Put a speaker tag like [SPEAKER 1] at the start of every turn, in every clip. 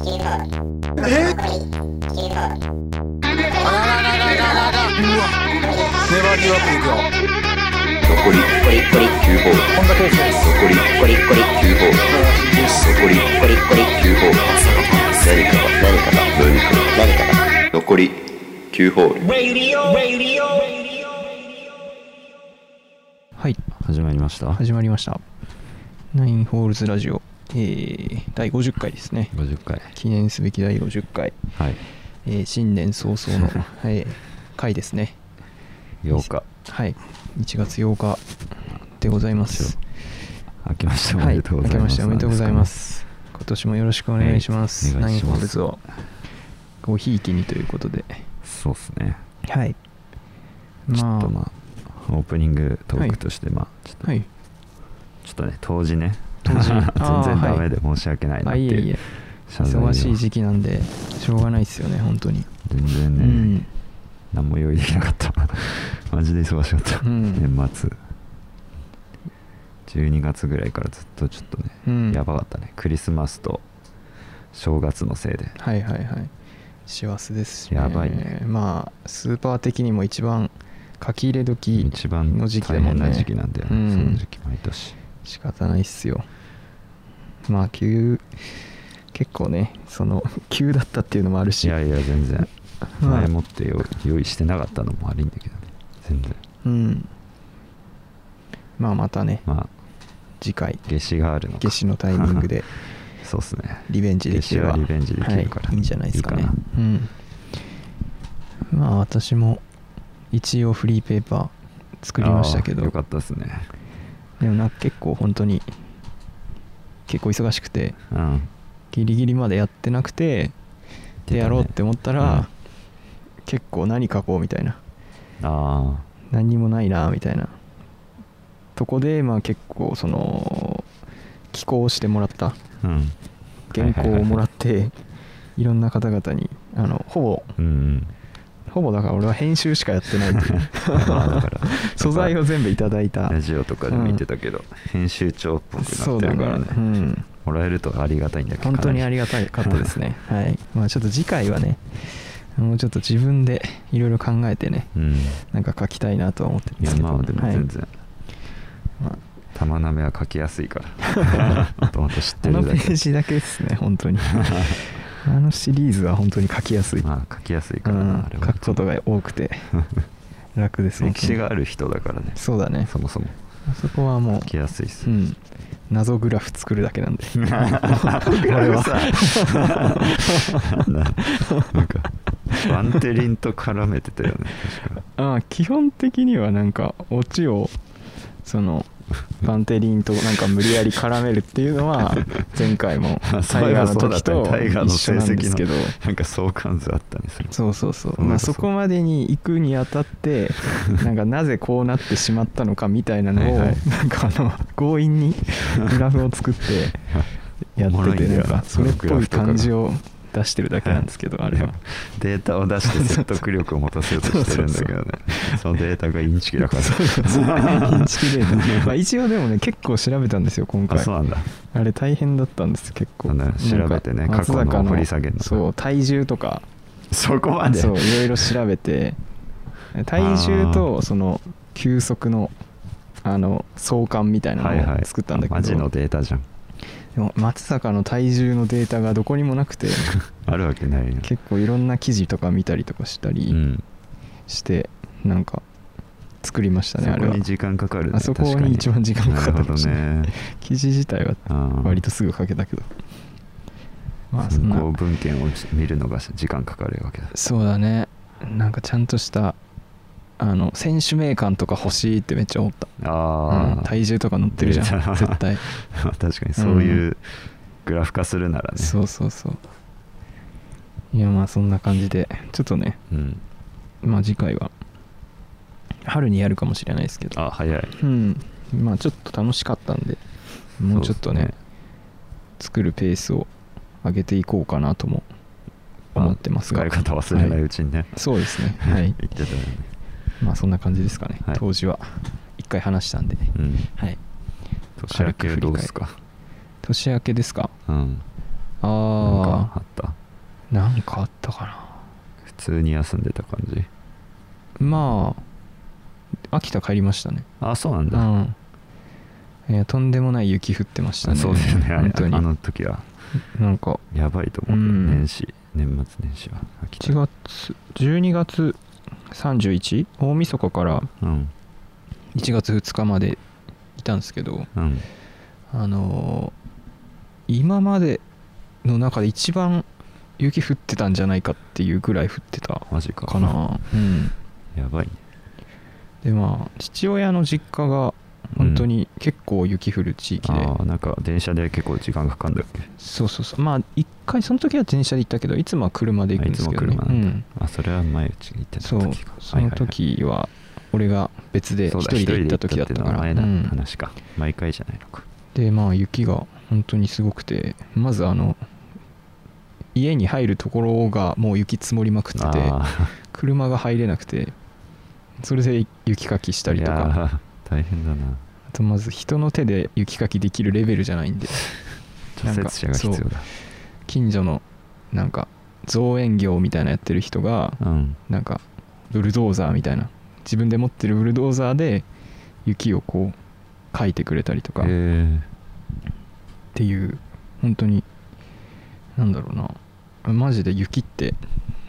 [SPEAKER 1] えあらららららららうわネバーギブアップいくよ
[SPEAKER 2] 残り残り残り9ホール
[SPEAKER 1] こんだけですね
[SPEAKER 2] 残り残り残り9ホール残り残り残り9ホール何かが何かが何かが何かが残り9ホール
[SPEAKER 3] はい
[SPEAKER 4] 始まりました
[SPEAKER 3] 始まりましたナインホールズラジオ、えー第50回ですね
[SPEAKER 4] 50回
[SPEAKER 3] 記念すべき第50回、
[SPEAKER 4] はい
[SPEAKER 3] えー新年早々の、 えー回ですね
[SPEAKER 4] 8日
[SPEAKER 3] はい1月8日でございます
[SPEAKER 4] 明けましてお
[SPEAKER 3] は
[SPEAKER 4] め
[SPEAKER 3] い
[SPEAKER 4] でとうございます、
[SPEAKER 3] 明けましておめでとうございます今年もよろしくお願いしま
[SPEAKER 4] は
[SPEAKER 3] す、
[SPEAKER 4] いお
[SPEAKER 3] ナ
[SPEAKER 4] 願
[SPEAKER 3] イ
[SPEAKER 4] い
[SPEAKER 3] ン
[SPEAKER 4] し
[SPEAKER 3] ホ
[SPEAKER 4] ます
[SPEAKER 3] ールズをごひいきにということで
[SPEAKER 4] そうですね
[SPEAKER 3] はい
[SPEAKER 4] ちょっと
[SPEAKER 3] ま
[SPEAKER 4] まあオープニングトークとしてまあちょっ
[SPEAKER 3] あ
[SPEAKER 4] と,、
[SPEAKER 3] はい
[SPEAKER 4] ちょっとね当時ね
[SPEAKER 3] 当時
[SPEAKER 4] 全
[SPEAKER 3] あー
[SPEAKER 4] 然ダメで申し訳ないなっ
[SPEAKER 3] あ
[SPEAKER 4] て
[SPEAKER 3] いえい
[SPEAKER 4] いう
[SPEAKER 3] え
[SPEAKER 4] 謝罪を
[SPEAKER 3] 忙しい時期なんでしょうがないですよね本当に
[SPEAKER 4] 全然ね、
[SPEAKER 3] うん
[SPEAKER 4] 何も用意できなかった マジで忙しかった、
[SPEAKER 3] うん
[SPEAKER 4] 年末12月ぐらいからずっとちょっとね、
[SPEAKER 3] うん
[SPEAKER 4] やばかったねクリスマスと正月のせいで
[SPEAKER 3] はいはいはい幸せですね
[SPEAKER 4] やばいね
[SPEAKER 3] まあスーパー的にも一番書き入れ時
[SPEAKER 4] 一番
[SPEAKER 3] の時期だ
[SPEAKER 4] 大
[SPEAKER 3] もん
[SPEAKER 4] 変
[SPEAKER 3] ね
[SPEAKER 4] な時期なんだよね
[SPEAKER 3] うん
[SPEAKER 4] その時期毎年
[SPEAKER 3] 仕方ないっすよまあ急結構ねその 急だったっていうのもある
[SPEAKER 4] い
[SPEAKER 3] し
[SPEAKER 4] やいや全然
[SPEAKER 3] まあ
[SPEAKER 4] 前もって用用意してなかったのも悪いんだけどね全然
[SPEAKER 3] うんまあまたね
[SPEAKER 4] まあ
[SPEAKER 3] 次回
[SPEAKER 4] 夏至があるのか
[SPEAKER 3] 夏至のタイミングで
[SPEAKER 4] そうっすね
[SPEAKER 3] リベンジできれば
[SPEAKER 4] 夏至はリベンジできるから
[SPEAKER 3] はい、いいんじゃないですかね
[SPEAKER 4] いいか
[SPEAKER 3] うんまあ私も一応フリーペーパー作りましたけ
[SPEAKER 4] あー
[SPEAKER 3] ど
[SPEAKER 4] よかったっすね
[SPEAKER 3] でもなんか結構本当に結構忙しくて
[SPEAKER 4] うん
[SPEAKER 3] ギリギリまでやってなくてでやろうって思ったら、
[SPEAKER 4] うん
[SPEAKER 3] 結構何書こうみたいな
[SPEAKER 4] ああ
[SPEAKER 3] 何にもないなみたいなとこでまあ結構その寄稿してもらった
[SPEAKER 4] うん
[SPEAKER 3] 原稿をもらっ
[SPEAKER 4] はいはいはい
[SPEAKER 3] ていろんな方々にあのほぼ
[SPEAKER 4] うんうん
[SPEAKER 3] ほぼだから俺は編集しかやってないっていう
[SPEAKER 4] まあだから
[SPEAKER 3] 素材を全部いただいた
[SPEAKER 4] ラジオとかで見てたけど、編集長っぽくなってるからね
[SPEAKER 3] そうだねうん
[SPEAKER 4] もらえるとありがたいんだけど
[SPEAKER 3] 本当にありがたいかったです ねはいまあちょっと次回はねもうちょっと自分でいろいろ考えてね、
[SPEAKER 4] うんい
[SPEAKER 3] なんか書きたいなとは思ってるんで
[SPEAKER 4] や
[SPEAKER 3] すけど
[SPEAKER 4] まあでも全然、
[SPEAKER 3] はいまあ
[SPEAKER 4] 玉鍋は書きやすいから もともと知って
[SPEAKER 3] あの
[SPEAKER 4] る
[SPEAKER 3] ペ
[SPEAKER 4] だけ
[SPEAKER 3] ージだけですね 本当にあのシリーズは本当に書きやすい、
[SPEAKER 4] まあ書きやすいから
[SPEAKER 3] う
[SPEAKER 4] な、
[SPEAKER 3] ん
[SPEAKER 4] あれは
[SPEAKER 3] 書くことが多くて楽です本当に
[SPEAKER 4] 歴史がある人だからね
[SPEAKER 3] そうだね
[SPEAKER 4] そもそも
[SPEAKER 3] あそこはもう
[SPEAKER 4] 書きやすいっす、
[SPEAKER 3] うん謎グラフ作るだけなん で
[SPEAKER 4] なんか
[SPEAKER 3] 俺は
[SPEAKER 4] なんかバンテリンと絡めてたよね確か
[SPEAKER 3] ああ基本的にはなんかオチをそのバンテリンとなんか無理やり絡めるっていう のは前回も
[SPEAKER 4] あそ
[SPEAKER 3] タ
[SPEAKER 4] う
[SPEAKER 3] イ
[SPEAKER 4] いえば
[SPEAKER 3] ガーの
[SPEAKER 4] そうだ
[SPEAKER 3] 時
[SPEAKER 4] ったね
[SPEAKER 3] と
[SPEAKER 4] タイガーの
[SPEAKER 3] 一
[SPEAKER 4] 成
[SPEAKER 3] 緒なんです
[SPEAKER 4] 績
[SPEAKER 3] けど
[SPEAKER 4] のなんか相関図あったねそれ
[SPEAKER 3] そうそうそう、
[SPEAKER 4] うん
[SPEAKER 3] まあ、
[SPEAKER 4] そう
[SPEAKER 3] そこまでに行くにあたって なんかなぜこうなってしまったのかみたいなのを
[SPEAKER 4] はいはい
[SPEAKER 3] なんかあの強引にグラフを作ってや
[SPEAKER 4] おも
[SPEAKER 3] っ
[SPEAKER 4] ろい
[SPEAKER 3] て
[SPEAKER 4] ん
[SPEAKER 3] て
[SPEAKER 4] だ
[SPEAKER 3] な
[SPEAKER 4] よ
[SPEAKER 3] んかそれっぽい感じを出してるだけなんです けどあれは。
[SPEAKER 4] データを出して説得力を持たせようとしてるんだけどねそのデータがインチキだ から
[SPEAKER 3] そうそう そう認識データまあ一応でもね結構調べたんですよ今
[SPEAKER 4] あ
[SPEAKER 3] 回
[SPEAKER 4] そうなんだ
[SPEAKER 3] あれ大変だったんです結構
[SPEAKER 4] あの調べてね
[SPEAKER 3] なん
[SPEAKER 4] 過
[SPEAKER 3] か
[SPEAKER 4] 去の
[SPEAKER 3] 松坂
[SPEAKER 4] 掘り下げるの
[SPEAKER 3] そう体重とか
[SPEAKER 4] そこまで
[SPEAKER 3] そういろいろ調べて体重とその休息のあの相関みたいな
[SPEAKER 4] はい
[SPEAKER 3] の
[SPEAKER 4] はい
[SPEAKER 3] を作ったんだけど、
[SPEAKER 4] マジのデータじゃん
[SPEAKER 3] でも松坂の体重のデータがどこにもなくて
[SPEAKER 4] あるわけないよ
[SPEAKER 3] 結構いろんな記事とか見たりとかした
[SPEAKER 4] う
[SPEAKER 3] り
[SPEAKER 4] ん
[SPEAKER 3] して、なんか作りましたね
[SPEAKER 4] そ
[SPEAKER 3] あ
[SPEAKER 4] こ
[SPEAKER 3] れは
[SPEAKER 4] に時間かかるね
[SPEAKER 3] あそこ
[SPEAKER 4] 確か
[SPEAKER 3] に一番時間かかった
[SPEAKER 4] なる
[SPEAKER 3] か
[SPEAKER 4] ほ
[SPEAKER 3] も
[SPEAKER 4] ど
[SPEAKER 3] しれない
[SPEAKER 4] ね
[SPEAKER 3] 記事自体は
[SPEAKER 4] うん
[SPEAKER 3] 割とすぐ書けたけどまあそ
[SPEAKER 4] 参
[SPEAKER 3] んな
[SPEAKER 4] 考文献を見るのが時間かかるわけだ
[SPEAKER 3] そうだねなんかちゃんとしたあの選手名鑑とか欲しいってめっちゃ思った、
[SPEAKER 4] あ
[SPEAKER 3] うん
[SPEAKER 4] あ
[SPEAKER 3] 体重とか載ってるじゃん
[SPEAKER 4] 出 た
[SPEAKER 3] 絶対
[SPEAKER 4] 確かにそういううグラフ化するならね
[SPEAKER 3] そうそうそういやまあそんな感じでちょっとね
[SPEAKER 4] うん
[SPEAKER 3] まあ次回は春にやるかもしれないですけど
[SPEAKER 4] あ早い
[SPEAKER 3] うんまあちょっと楽しかったんでもうちょっとね
[SPEAKER 4] そうです
[SPEAKER 3] 作るペースを上げていこうかなとも思ってますが
[SPEAKER 4] 使い方忘れな
[SPEAKER 3] はい
[SPEAKER 4] いうちにね、
[SPEAKER 3] そうです ねはい
[SPEAKER 4] 言ってたよね
[SPEAKER 3] まあそんな感じですかね、
[SPEAKER 4] はい
[SPEAKER 3] 当時は一回話したんで、
[SPEAKER 4] うん
[SPEAKER 3] はい
[SPEAKER 4] 年明けどうですか
[SPEAKER 3] 年明けですか
[SPEAKER 4] うんなんか
[SPEAKER 3] あ
[SPEAKER 4] あった
[SPEAKER 3] あなんかあったかな
[SPEAKER 4] 普通に休んでた感じ
[SPEAKER 3] まあ秋田帰りましたね
[SPEAKER 4] あそうなん
[SPEAKER 3] う
[SPEAKER 4] だ、
[SPEAKER 3] んいやとんでもない雪降ってました
[SPEAKER 4] あ
[SPEAKER 3] ね
[SPEAKER 4] そうだよねあ
[SPEAKER 3] 本
[SPEAKER 4] れ
[SPEAKER 3] 当に
[SPEAKER 4] あの時は
[SPEAKER 3] なんか
[SPEAKER 4] やばいと思うよ、
[SPEAKER 3] うん
[SPEAKER 4] 年始年末年始は秋田
[SPEAKER 3] 1月12月31大晦日から
[SPEAKER 4] うん
[SPEAKER 3] 1月2日までいたんですけど
[SPEAKER 4] うん
[SPEAKER 3] あのー今までの中で一番雪降ってたんじゃないかっていうぐらい降ってた
[SPEAKER 4] マジか
[SPEAKER 3] かなうん
[SPEAKER 4] やばいね
[SPEAKER 3] でまあ父親の実家が本当に結構雪降る地域で、
[SPEAKER 4] ああなんか電車で結構時間かかんだっけ
[SPEAKER 3] そうそうそうまあ一回その時は電車で行ったけどいつもは車で行くんですけど、ね
[SPEAKER 4] あいつも
[SPEAKER 3] う
[SPEAKER 4] 車なん
[SPEAKER 3] ん、
[SPEAKER 4] あそれは前うちに行ってた
[SPEAKER 3] そう
[SPEAKER 4] 時か
[SPEAKER 3] その時は俺が別で一人で行った時だったか
[SPEAKER 4] の
[SPEAKER 3] ら
[SPEAKER 4] 前
[SPEAKER 3] う
[SPEAKER 4] の
[SPEAKER 3] ん
[SPEAKER 4] 話か、毎回じゃないのか
[SPEAKER 3] でまあ雪が本当にすごくてまずあの家に入るところがもう雪積もりまくってて
[SPEAKER 4] ああ
[SPEAKER 3] 車が入れなくてそれで雪かきしたりと
[SPEAKER 4] い
[SPEAKER 3] か
[SPEAKER 4] やー大変だな
[SPEAKER 3] あとまず人の手で雪かきできるレベルじゃないんで
[SPEAKER 4] 除雪車が必要だ
[SPEAKER 3] 近所のなんか造園業みたいなやってる人が
[SPEAKER 4] うん
[SPEAKER 3] なんかブルドーザーみたいな自分で持ってるブルドーザーで雪をこうかいてくれたりとかっ
[SPEAKER 4] え
[SPEAKER 3] ていう本当になんだろうなマジで雪って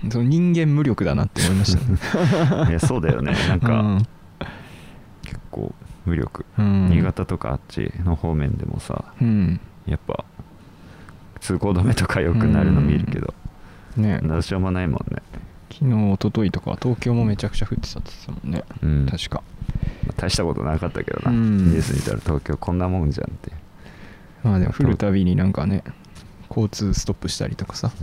[SPEAKER 3] その人間無力だなって思いましたね
[SPEAKER 4] ー、いやそうだよねなんか、
[SPEAKER 3] うん
[SPEAKER 4] 結構無力、
[SPEAKER 3] うん
[SPEAKER 4] 新潟とかあっちの方面でもさ
[SPEAKER 3] うん
[SPEAKER 4] やっぱ通行止めとかよくなるの見るけど、
[SPEAKER 3] ね
[SPEAKER 4] どうしようもないもんね、
[SPEAKER 3] 昨日一昨日とか東京もめちゃくちゃ降ってたって言ってたもんね、
[SPEAKER 4] うん
[SPEAKER 3] 確か
[SPEAKER 4] まあ大したことなかったけどな、
[SPEAKER 3] うん
[SPEAKER 4] ニュース見たら東京こんなもんじゃんって、
[SPEAKER 3] まあでも降るたびになんかね交通ストップしたりとかさ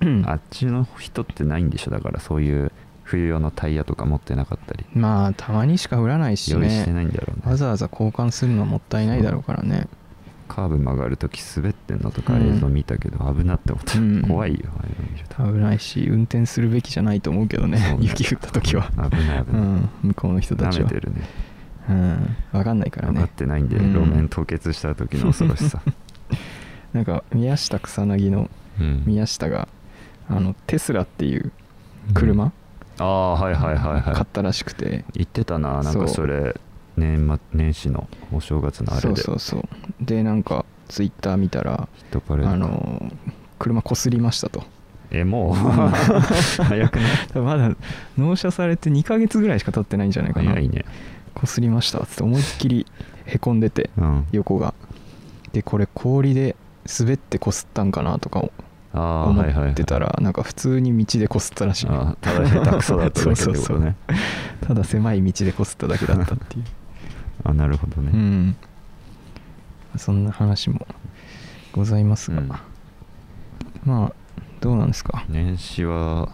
[SPEAKER 4] うん、あっちの人ってないんでしょだからそういう冬用のタイヤとか持ってなかったり
[SPEAKER 3] まあたまにしか降らないし
[SPEAKER 4] 用意して
[SPEAKER 3] ね
[SPEAKER 4] ないんだろうね
[SPEAKER 3] わざわざ交換するのはもったいないだろうからね
[SPEAKER 4] カーブ曲がるとき滑ってんのとか
[SPEAKER 3] うん
[SPEAKER 4] 映像見たけど危なって思った、
[SPEAKER 3] うん
[SPEAKER 4] 怖いよああいうの見ると
[SPEAKER 3] 危ないし運転するべきじゃないと思うけどね
[SPEAKER 4] そうね
[SPEAKER 3] 雪降った時は
[SPEAKER 4] 危ない危
[SPEAKER 3] う
[SPEAKER 4] ない、
[SPEAKER 3] ん、向こうの人た
[SPEAKER 4] 舐
[SPEAKER 3] ちは
[SPEAKER 4] めてるね
[SPEAKER 3] うん、分かんないから
[SPEAKER 4] 分
[SPEAKER 3] ね
[SPEAKER 4] かってないんで、
[SPEAKER 3] うん
[SPEAKER 4] 路面凍結した時の恐ろしさ
[SPEAKER 3] なんか宮下草薙の
[SPEAKER 4] うん
[SPEAKER 3] 宮下があのテスラっていう車、
[SPEAKER 4] うんああはいはいはい
[SPEAKER 3] 買
[SPEAKER 4] は
[SPEAKER 3] ったらしくて
[SPEAKER 4] い言ってたななん
[SPEAKER 3] そう
[SPEAKER 4] かそれ年末年始のお正月のあれで
[SPEAKER 3] そうそうそうでなんかツイッター見たら
[SPEAKER 4] ヒットパレードか
[SPEAKER 3] あの車こすりましたと
[SPEAKER 4] えもう 早くない
[SPEAKER 3] まだ納車されて2ヶ月ぐらいしか経ってないんじゃないかな
[SPEAKER 4] 早いね
[SPEAKER 3] こすりましたっつって思いっきりへこんでて
[SPEAKER 4] うん
[SPEAKER 3] 横がでこれ氷で滑ってこすったんかなとか
[SPEAKER 4] ああ
[SPEAKER 3] 思
[SPEAKER 4] はいはい
[SPEAKER 3] ってたらなんか普通に道でこすったらしいね
[SPEAKER 4] あーただ下手くそだっただけってことね
[SPEAKER 3] そうそうそうただ狭い道でこすっただけだったって いう、
[SPEAKER 4] あなるほどね、
[SPEAKER 3] うんそんな話もございますが、
[SPEAKER 4] うん
[SPEAKER 3] まあどうなんですか
[SPEAKER 4] 年始は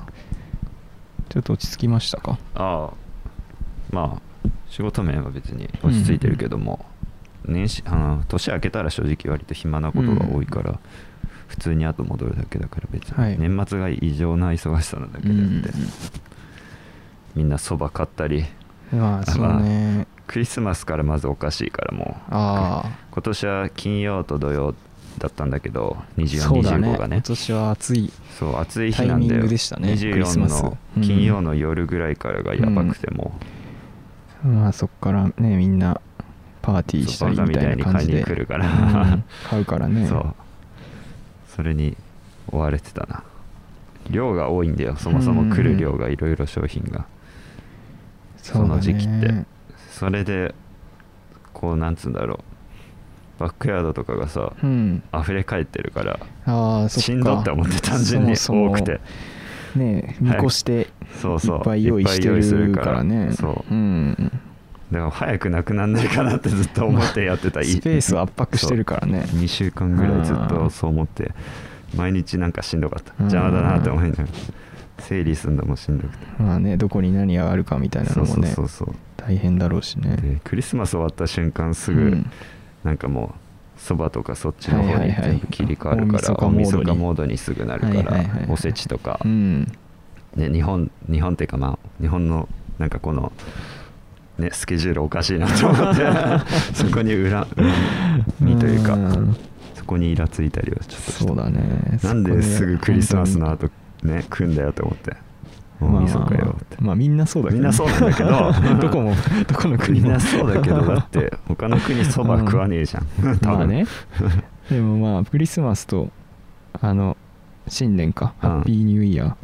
[SPEAKER 3] ちょっと落ち着きましたか
[SPEAKER 4] ああまあ仕事面は別に落ち着いてるけども、年始あの年明けたら正直割と暇なことが多いから、普通に後戻るだけだから別に、
[SPEAKER 3] はい
[SPEAKER 4] 年末が異常な忙しさなだけであって、みんなそば買ったり
[SPEAKER 3] うんまあそうね
[SPEAKER 4] クリスマスからまずおかしいからもう
[SPEAKER 3] ああ
[SPEAKER 4] 今年は金曜と土曜だったんだけど
[SPEAKER 3] そうだね
[SPEAKER 4] 2425が
[SPEAKER 3] 今
[SPEAKER 4] ね
[SPEAKER 3] 年は暑い
[SPEAKER 4] そう暑い日なん
[SPEAKER 3] タイ
[SPEAKER 4] だ
[SPEAKER 3] ミン
[SPEAKER 4] よ
[SPEAKER 3] グでしたねクリス
[SPEAKER 4] 24
[SPEAKER 3] マス
[SPEAKER 4] の
[SPEAKER 3] うん
[SPEAKER 4] 金曜の夜ぐらいからがやばくても、
[SPEAKER 3] まあそっからねみんなパーティーした
[SPEAKER 4] そう
[SPEAKER 3] り
[SPEAKER 4] バカ
[SPEAKER 3] み
[SPEAKER 4] み
[SPEAKER 3] た
[SPEAKER 4] た
[SPEAKER 3] い
[SPEAKER 4] いに
[SPEAKER 3] な感
[SPEAKER 4] 買い
[SPEAKER 3] じ
[SPEAKER 4] に
[SPEAKER 3] で
[SPEAKER 4] 来るから、
[SPEAKER 3] うん買うからね
[SPEAKER 4] そうそれに追われてたな量が多いんだよそもそも来る量がいろいろ商品が、
[SPEAKER 3] そうだね
[SPEAKER 4] その時期ってそれでこうなんつうんだろうバックヤードとかがさ、
[SPEAKER 3] うん
[SPEAKER 4] 溢れ返ってるから
[SPEAKER 3] ああそっか
[SPEAKER 4] しんどって思って単純に
[SPEAKER 3] そも
[SPEAKER 4] 多
[SPEAKER 3] そも
[SPEAKER 4] くて
[SPEAKER 3] ねえ見越して
[SPEAKER 4] そう
[SPEAKER 3] い
[SPEAKER 4] そう
[SPEAKER 3] っぱい用意してるから
[SPEAKER 4] いっぱい用
[SPEAKER 3] ね、
[SPEAKER 4] 意するからそう
[SPEAKER 3] ん、
[SPEAKER 4] でも早くなくなんないかなってずっと思ってやってた、
[SPEAKER 3] スペースを圧迫してるからね
[SPEAKER 4] 2週間ぐらいずっとそう思って毎日なんかしんどかった邪魔だなって思いながら整理するのもしんどくて
[SPEAKER 3] まあねどこに何があるかみたいな
[SPEAKER 4] そ
[SPEAKER 3] の
[SPEAKER 4] う
[SPEAKER 3] も
[SPEAKER 4] そう
[SPEAKER 3] ね
[SPEAKER 4] そうそう
[SPEAKER 3] 大変だろうしね
[SPEAKER 4] でクリスマス終わった瞬間す
[SPEAKER 3] う
[SPEAKER 4] ぐ
[SPEAKER 3] ん
[SPEAKER 4] なんかもうそばとかそっちの
[SPEAKER 3] は
[SPEAKER 4] 方
[SPEAKER 3] い
[SPEAKER 4] に
[SPEAKER 3] はいはい
[SPEAKER 4] 全部切り替わるから
[SPEAKER 3] 大
[SPEAKER 4] 大
[SPEAKER 3] 晦
[SPEAKER 4] 晦
[SPEAKER 3] 日
[SPEAKER 4] 日
[SPEAKER 3] モ
[SPEAKER 4] モードにすぐなるか
[SPEAKER 3] はいはいはい
[SPEAKER 4] らおせちとか
[SPEAKER 3] うん
[SPEAKER 4] ね日本日本っていうかまあ日本のなんかこのねスケ ジュールおかしいなと思ってそこに裏裏にというか
[SPEAKER 3] うん
[SPEAKER 4] そこにイラついたりはちょっとした
[SPEAKER 3] そうだね
[SPEAKER 4] なんですぐクリスマスの
[SPEAKER 3] 後
[SPEAKER 4] 後ね組んだよと思って大
[SPEAKER 3] まあ
[SPEAKER 4] 晦日よって、
[SPEAKER 3] まあみんなそうだけどね
[SPEAKER 4] みんなそうなんだけど
[SPEAKER 3] どこもどこの
[SPEAKER 4] み
[SPEAKER 3] 国も
[SPEAKER 4] んなそうだけどだって他の国そば食わねえじゃん、多分
[SPEAKER 3] まあねでもまあクリスマスとあの新年か、
[SPEAKER 4] うん
[SPEAKER 3] ハッピーニューイヤー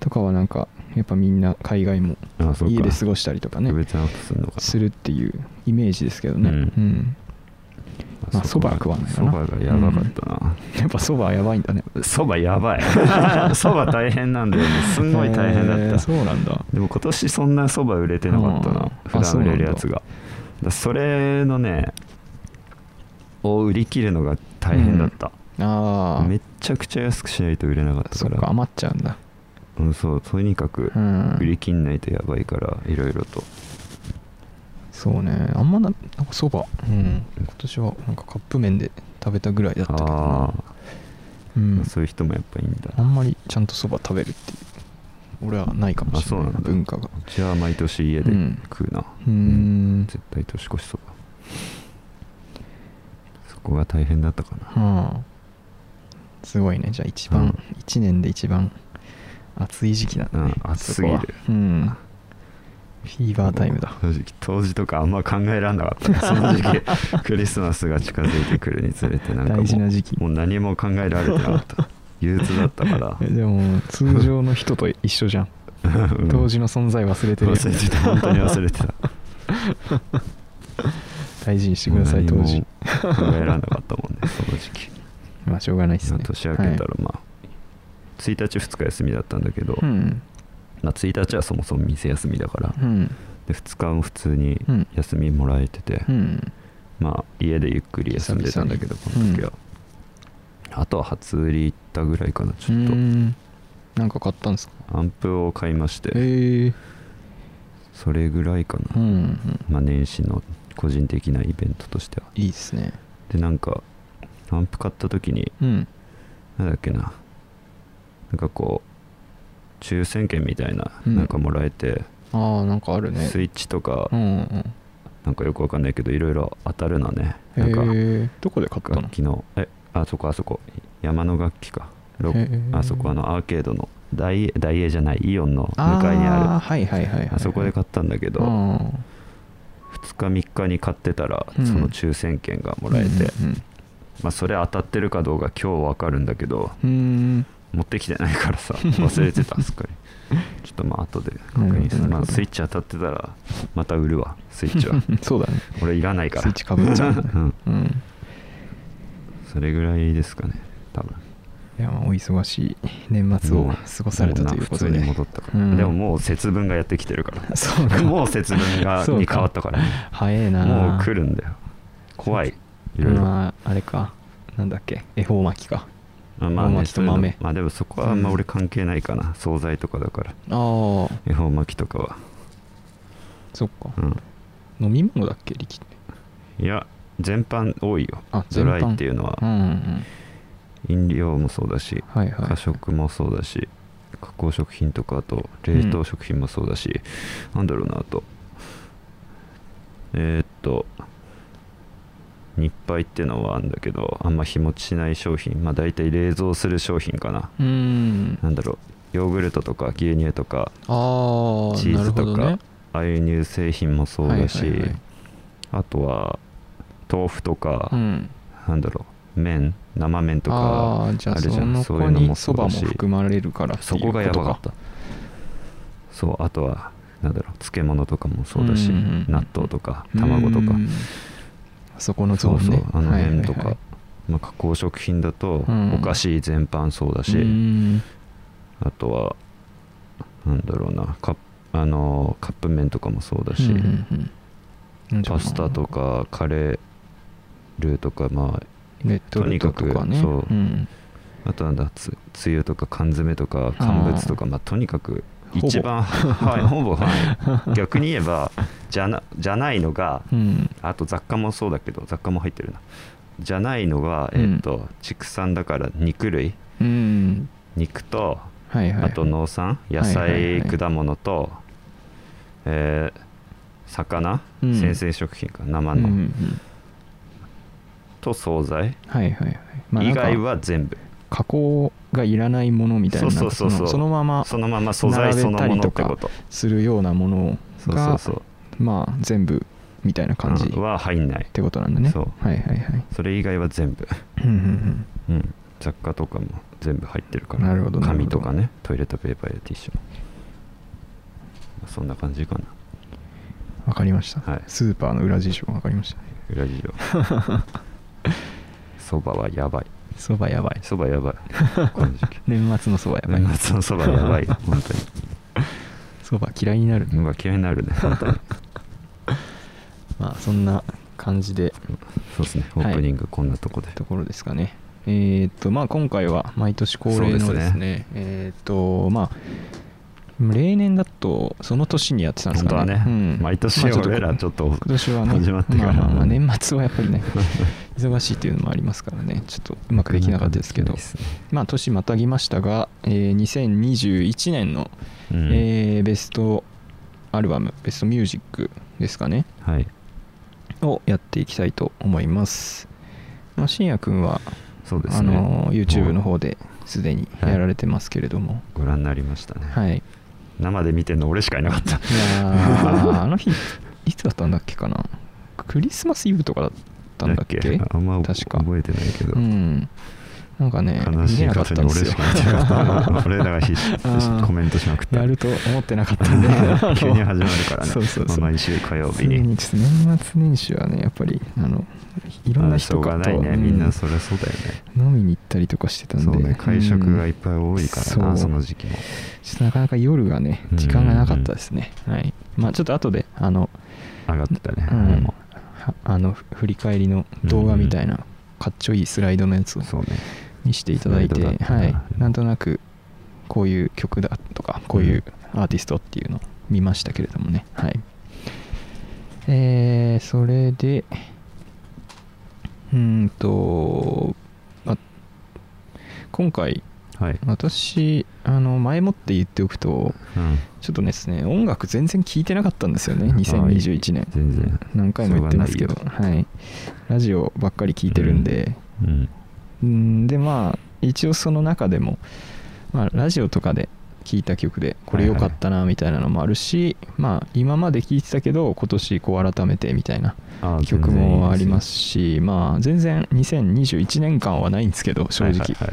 [SPEAKER 3] とかはなんかやっぱみんな海外も
[SPEAKER 4] ああそうか
[SPEAKER 3] 家で過ごしたりとか
[SPEAKER 4] 特
[SPEAKER 3] ね
[SPEAKER 4] 別なことすんのかな
[SPEAKER 3] するっていうイメージですけどね、
[SPEAKER 4] うん
[SPEAKER 3] うんまあ
[SPEAKER 4] そば
[SPEAKER 3] 蕎麦は食わない
[SPEAKER 4] そ
[SPEAKER 3] よな
[SPEAKER 4] ばがやばかったな
[SPEAKER 3] やっぱそばはやばいんだね
[SPEAKER 4] そば、蕎麦や ばいそば大変なんだよねすんごい大変だった、
[SPEAKER 3] へーそうなんだ
[SPEAKER 4] でも今年そんなそば売れてなかった
[SPEAKER 3] うん
[SPEAKER 4] な普
[SPEAKER 3] あそう
[SPEAKER 4] 段
[SPEAKER 3] なん
[SPEAKER 4] 売れ
[SPEAKER 3] だ
[SPEAKER 4] るやつがだからそれのねを売り切るのが大変だった、
[SPEAKER 3] ああ
[SPEAKER 4] めちゃくちゃ安くしないと売れなかった
[SPEAKER 3] そ
[SPEAKER 4] か
[SPEAKER 3] っ
[SPEAKER 4] ら
[SPEAKER 3] か余っちゃうんだ
[SPEAKER 4] うん、そうとにかく
[SPEAKER 3] うん
[SPEAKER 4] 売り切んないとやばいからいろいろと
[SPEAKER 3] そうねあんまななんかそば、うん、今年はなんかカップ麺で食べたぐらいだったけ
[SPEAKER 4] あ
[SPEAKER 3] どな、う
[SPEAKER 4] あ、
[SPEAKER 3] ん、
[SPEAKER 4] そういう人もやっぱいいんだ
[SPEAKER 3] あんまりちゃんとそば食べるっていう俺はないかも
[SPEAKER 4] あ
[SPEAKER 3] しれ
[SPEAKER 4] そう
[SPEAKER 3] な
[SPEAKER 4] ないんだ
[SPEAKER 3] 文化が
[SPEAKER 4] うちは毎年家で
[SPEAKER 3] うん
[SPEAKER 4] 食うな
[SPEAKER 3] うーん
[SPEAKER 4] 絶対年越しそばそこが大変だったかな
[SPEAKER 3] うんすごいねじゃあ一
[SPEAKER 4] う
[SPEAKER 3] 番
[SPEAKER 4] ん
[SPEAKER 3] 一年で一番暑い時期なんだね
[SPEAKER 4] うん暑すぎる
[SPEAKER 3] そこはうんフィーバータイムだ
[SPEAKER 4] 正直当時とかあんま考えらんなかったそ の時期クリスマスが近づいてくるにつれてなんかも
[SPEAKER 3] 大事な
[SPEAKER 4] う
[SPEAKER 3] 時期
[SPEAKER 4] もう何も考えられてなかった憂鬱だったから
[SPEAKER 3] えでも通常の人と一緒じゃん
[SPEAKER 4] うん
[SPEAKER 3] 当時の存在忘れてるよ
[SPEAKER 4] 忘れてた本当に忘れてた
[SPEAKER 3] 大事にしてください
[SPEAKER 4] もう
[SPEAKER 3] 当
[SPEAKER 4] 何
[SPEAKER 3] 時
[SPEAKER 4] も考えられなかったもんねその時期
[SPEAKER 3] まあしょうがないですね
[SPEAKER 4] 年明けたらまあ、1日2日休みだったんだけど、
[SPEAKER 3] はいうん
[SPEAKER 4] まあ、1日はそもそも店休みだから、
[SPEAKER 3] うん
[SPEAKER 4] で2日も普通に
[SPEAKER 3] うん
[SPEAKER 4] 休みもらえてて、
[SPEAKER 3] うん
[SPEAKER 4] まあ家でゆっくり休んでたんだけどこ
[SPEAKER 3] 々に
[SPEAKER 4] の時は、あとは初売り行ったぐらいかなち
[SPEAKER 3] う
[SPEAKER 4] ょっと、
[SPEAKER 3] んなんか買ったんですか
[SPEAKER 4] アンプを買いまして、
[SPEAKER 3] ええ
[SPEAKER 4] それぐらいか
[SPEAKER 3] う
[SPEAKER 4] な、
[SPEAKER 3] んうん
[SPEAKER 4] まあ、年始の個人的なイベントとしてはい
[SPEAKER 3] いっすね
[SPEAKER 4] でなんかアンプ買った時に
[SPEAKER 3] うん
[SPEAKER 4] なんだっけななんかこう抽選券みたいな、
[SPEAKER 3] うん
[SPEAKER 4] なんかもらえて
[SPEAKER 3] ああなんかあるね
[SPEAKER 4] スイッチとか
[SPEAKER 3] うんうん
[SPEAKER 4] なんかよくわかんないけどいろいろ当たるのね
[SPEAKER 3] へ
[SPEAKER 4] なんか
[SPEAKER 3] えどこで買ったの
[SPEAKER 4] 楽器のえあそこあそこ山の楽器かロ
[SPEAKER 3] へー
[SPEAKER 4] あそこあのアーケードの大英大英じゃないイオンの
[SPEAKER 3] あ
[SPEAKER 4] 向かいに
[SPEAKER 3] ー
[SPEAKER 4] あ
[SPEAKER 3] はいはいはいはい
[SPEAKER 4] るあそこで買ったんだけど
[SPEAKER 3] う
[SPEAKER 4] 2
[SPEAKER 3] ん
[SPEAKER 4] 日3日に買ってたら
[SPEAKER 3] う
[SPEAKER 4] そ
[SPEAKER 3] ん
[SPEAKER 4] の抽選券がもらえて
[SPEAKER 3] うんうん
[SPEAKER 4] まあそれ当たってるかどうか今日わかるんだけど
[SPEAKER 3] うんう
[SPEAKER 4] 持ってきてないから さ忘れてたすっかりちょっとまあ後で確認す
[SPEAKER 3] なるほど
[SPEAKER 4] るまあスイッチ当たってたらまた売るわスイッチは
[SPEAKER 3] ーん そうだね
[SPEAKER 4] 俺いらないから
[SPEAKER 3] スイッチかぶっちゃうね
[SPEAKER 4] ん
[SPEAKER 3] うん
[SPEAKER 4] それぐらいですかね多分
[SPEAKER 3] いやまあお忙しい年末を
[SPEAKER 4] もう
[SPEAKER 3] 過ごされたということ
[SPEAKER 4] もうな
[SPEAKER 3] で
[SPEAKER 4] 普通に戻ったから、
[SPEAKER 3] うん
[SPEAKER 4] でももう節分がやってきてるから
[SPEAKER 3] そうか
[SPEAKER 4] もう節分が
[SPEAKER 3] そうか
[SPEAKER 4] に変わったからね
[SPEAKER 3] 早いな
[SPEAKER 4] もう来るんだよ怖いいろいろ、まあ
[SPEAKER 3] まああれかなんだっけ恵方巻きか
[SPEAKER 4] まあ
[SPEAKER 3] 恵方
[SPEAKER 4] ね
[SPEAKER 3] 巻き
[SPEAKER 4] そう
[SPEAKER 3] と
[SPEAKER 4] いうの
[SPEAKER 3] 豆
[SPEAKER 4] まあでもそこはあんま俺関係ないかな、惣菜とかだから
[SPEAKER 3] ああ
[SPEAKER 4] 恵方巻きとかは
[SPEAKER 3] そっか
[SPEAKER 4] うん
[SPEAKER 3] 飲み物だっけ力って
[SPEAKER 4] いや全般多いよ
[SPEAKER 3] あ
[SPEAKER 4] ドラ
[SPEAKER 3] 全
[SPEAKER 4] イ
[SPEAKER 3] 般
[SPEAKER 4] っていうのは
[SPEAKER 3] うんうん
[SPEAKER 4] 飲料もそうだし
[SPEAKER 3] はいはい
[SPEAKER 4] 過食もそうだし加工食品とかあと冷凍食品もそうだし、なんだろうなあとえーっと日配ってのはあるんだけどあんま日持ちしない商品まあ大体冷蔵する商品かな
[SPEAKER 3] うん
[SPEAKER 4] なんだろうヨーグルトとか牛乳とか
[SPEAKER 3] ああ
[SPEAKER 4] チー
[SPEAKER 3] なる
[SPEAKER 4] ズ
[SPEAKER 3] ほ
[SPEAKER 4] と
[SPEAKER 3] ど
[SPEAKER 4] か、
[SPEAKER 3] ね
[SPEAKER 4] ああいう乳製品もそうだし、
[SPEAKER 3] はいはいはい
[SPEAKER 4] あとは豆腐とか、
[SPEAKER 3] うん
[SPEAKER 4] なんだろう麺生麺と
[SPEAKER 3] あ
[SPEAKER 4] か
[SPEAKER 3] ーじゃあ
[SPEAKER 4] あるじゃ
[SPEAKER 3] そ
[SPEAKER 4] ん
[SPEAKER 3] の
[SPEAKER 4] そうい
[SPEAKER 3] 子
[SPEAKER 4] うの
[SPEAKER 3] に
[SPEAKER 4] も
[SPEAKER 3] そ
[SPEAKER 4] そうだ
[SPEAKER 3] ばも
[SPEAKER 4] し
[SPEAKER 3] 含まれるからっていう
[SPEAKER 4] そ
[SPEAKER 3] こと
[SPEAKER 4] こ
[SPEAKER 3] か
[SPEAKER 4] がやばかったそうあとはなんだろう漬物とかもそうだし、
[SPEAKER 3] うんうんうん
[SPEAKER 4] 納豆とか卵とか
[SPEAKER 3] うんあそこのゾ
[SPEAKER 4] そう
[SPEAKER 3] ーン
[SPEAKER 4] そう、
[SPEAKER 3] ね
[SPEAKER 4] あの
[SPEAKER 3] はいはい
[SPEAKER 4] 辺
[SPEAKER 3] はい
[SPEAKER 4] とか、まあ、加工食品だと
[SPEAKER 3] うん
[SPEAKER 4] お菓子全般そうだし、
[SPEAKER 3] うん
[SPEAKER 4] あとはなんだろうなカップあのカップ麺とかもそうだし、
[SPEAKER 3] うんうんうん
[SPEAKER 4] パスタとかカレールーとかまあ
[SPEAKER 3] レッドルトとかね
[SPEAKER 4] とにかくそうんあとなんだつ梅雨とか缶詰とか乾物とかまあとにかく一番はい ほぼ はい逆に言えばじゃなじゃないのが
[SPEAKER 3] うん
[SPEAKER 4] あと雑貨もそうだけど雑貨も入ってるなじゃないのが、
[SPEAKER 3] うん
[SPEAKER 4] えっと畜産だから肉類
[SPEAKER 3] うん
[SPEAKER 4] 肉と
[SPEAKER 3] はいはい
[SPEAKER 4] あと農産野菜、
[SPEAKER 3] はいはいはい
[SPEAKER 4] 果物と、えー魚、
[SPEAKER 3] うん
[SPEAKER 4] 生鮮食品か生
[SPEAKER 3] うんう
[SPEAKER 4] の、
[SPEAKER 3] ん
[SPEAKER 4] と惣菜
[SPEAKER 3] はいはいはい、まあ、な
[SPEAKER 4] 以
[SPEAKER 3] んか
[SPEAKER 4] 外は全部
[SPEAKER 3] 加工がいらないものみたいな
[SPEAKER 4] そうそうそう
[SPEAKER 3] なんか
[SPEAKER 4] そう
[SPEAKER 3] ののまま
[SPEAKER 4] そのまま素材そのものって
[SPEAKER 3] 並
[SPEAKER 4] こ
[SPEAKER 3] べた
[SPEAKER 4] と
[SPEAKER 3] りするようなもの
[SPEAKER 4] そうそ
[SPEAKER 3] が
[SPEAKER 4] うそう
[SPEAKER 3] まあ全部みたいな感じっ
[SPEAKER 4] うんは入んない
[SPEAKER 3] てことなんだね、
[SPEAKER 4] そう
[SPEAKER 3] はいはいはい
[SPEAKER 4] それ以外は全部
[SPEAKER 3] うんうん
[SPEAKER 4] うん雑貨とかも全部入ってるから
[SPEAKER 3] なるほどなるほど
[SPEAKER 4] 紙とかねトイレットペーパーやティッシュもまあそんな感じかな
[SPEAKER 3] うんわかりました、
[SPEAKER 4] はい
[SPEAKER 3] スーパーの裏事情わかりましたね
[SPEAKER 4] 裏事 情そばはやばい
[SPEAKER 3] そばやばい
[SPEAKER 4] そばや ばいこの時期
[SPEAKER 3] 年末のそばやばい
[SPEAKER 4] 年末のそばやばい本当に
[SPEAKER 3] そば嫌いになるね、
[SPEAKER 4] うわ嫌いになるね本当に
[SPEAKER 3] まあそんな感じで
[SPEAKER 4] そうですねオ
[SPEAKER 3] はい
[SPEAKER 4] ープニングこんなとこで、
[SPEAKER 3] ところですかねえーっとまあ今回は毎年恒例
[SPEAKER 4] そ
[SPEAKER 3] の
[SPEAKER 4] うで
[SPEAKER 3] ですすねえーっとまあ例年だとその年にやってたんです
[SPEAKER 4] 本当
[SPEAKER 3] か
[SPEAKER 4] は
[SPEAKER 3] ね
[SPEAKER 4] ね、
[SPEAKER 3] うん
[SPEAKER 4] 毎年
[SPEAKER 3] まあちょっと
[SPEAKER 4] 俺らちょっと
[SPEAKER 3] 今年はね
[SPEAKER 4] 始まってから
[SPEAKER 3] まあまあまあ年末はやっぱ りね忙しいというのもありますからねちょっとうまくできなかったですけど
[SPEAKER 4] ですね
[SPEAKER 3] まあ年またぎましたが、えー2021年の、
[SPEAKER 4] うん
[SPEAKER 3] えーベストアルバムベストミュージックですかね
[SPEAKER 4] はい
[SPEAKER 3] をやっていきたいと思います。まあ、信也くんは、
[SPEAKER 4] そうです
[SPEAKER 3] あ
[SPEAKER 4] ね
[SPEAKER 3] の YouTube の
[SPEAKER 4] も
[SPEAKER 3] 方ですでにやられてますけれども、
[SPEAKER 4] うご覧になりましたね、
[SPEAKER 3] はい。い
[SPEAKER 4] 生で見てんの俺しかいなかった
[SPEAKER 3] や ーあの日いつだったんだっけかな。クリスマスイブとかだったんだっけ？
[SPEAKER 4] あんま
[SPEAKER 3] 確か。
[SPEAKER 4] 覚えてないけど、
[SPEAKER 3] うん。なんかね、
[SPEAKER 4] 悲し
[SPEAKER 3] 見
[SPEAKER 4] い
[SPEAKER 3] れなかっ
[SPEAKER 4] こと
[SPEAKER 3] た
[SPEAKER 4] に
[SPEAKER 3] ん
[SPEAKER 4] 俺
[SPEAKER 3] です
[SPEAKER 4] し
[SPEAKER 3] よ
[SPEAKER 4] か見てなかった俺らが必死
[SPEAKER 3] うん
[SPEAKER 4] コメントしまくった、
[SPEAKER 3] やると思ってなかったんで
[SPEAKER 4] 急に始まるからね
[SPEAKER 3] そうそうそう。
[SPEAKER 4] まあ毎週火曜日
[SPEAKER 3] そう
[SPEAKER 4] に
[SPEAKER 3] ねちょっと年末年始はね、やっぱりあのいろん
[SPEAKER 4] ま
[SPEAKER 3] な
[SPEAKER 4] あしょ
[SPEAKER 3] 人
[SPEAKER 4] う
[SPEAKER 3] か
[SPEAKER 4] が
[SPEAKER 3] と、
[SPEAKER 4] ないね、
[SPEAKER 3] うん
[SPEAKER 4] みんなそりゃそうだよね
[SPEAKER 3] 飲みに行ったりとかしてたんで
[SPEAKER 4] そうね会食がいっぱい多いからな、
[SPEAKER 3] うん
[SPEAKER 4] そうの時期も
[SPEAKER 3] ちょっとなかなか夜がね時間がなかったですね、はいまあちょっと後であの、
[SPEAKER 4] 上がってたね、
[SPEAKER 3] う
[SPEAKER 4] あれ
[SPEAKER 3] ん
[SPEAKER 4] も、
[SPEAKER 3] はあのふ振り返りの動画みたいな、かっちょいいスライドのやつを
[SPEAKER 4] そうね
[SPEAKER 3] 見せていただい
[SPEAKER 4] ス
[SPEAKER 3] て
[SPEAKER 4] ライドだったな
[SPEAKER 3] はいなんとなくこういう曲だとかこういうアーティストっていうのを見ましたけれどもねはいえー、それでうーんとあ今回
[SPEAKER 4] はい、
[SPEAKER 3] 私あの前もって言っておくと
[SPEAKER 4] うん、
[SPEAKER 3] ちょっとですね音楽全然聴いてなかったんですよね2021年
[SPEAKER 4] 全然
[SPEAKER 3] 何回も言ってますけど
[SPEAKER 4] しょう
[SPEAKER 3] はい、ラジオばっかり聴いてるんで、
[SPEAKER 4] うん
[SPEAKER 3] うん、でまあ一応その中でも、まあ、ラジオとかで聴いた曲でこれ良かったなみたいなのもあるし、まあ今まで聴いてたけど今年こう改めてみたいな
[SPEAKER 4] あー
[SPEAKER 3] 曲
[SPEAKER 4] 全然いいです
[SPEAKER 3] も
[SPEAKER 4] よ
[SPEAKER 3] ありますしまあ全然2021年間はないんですけど正直、
[SPEAKER 4] はいはい
[SPEAKER 3] ま
[SPEAKER 4] はい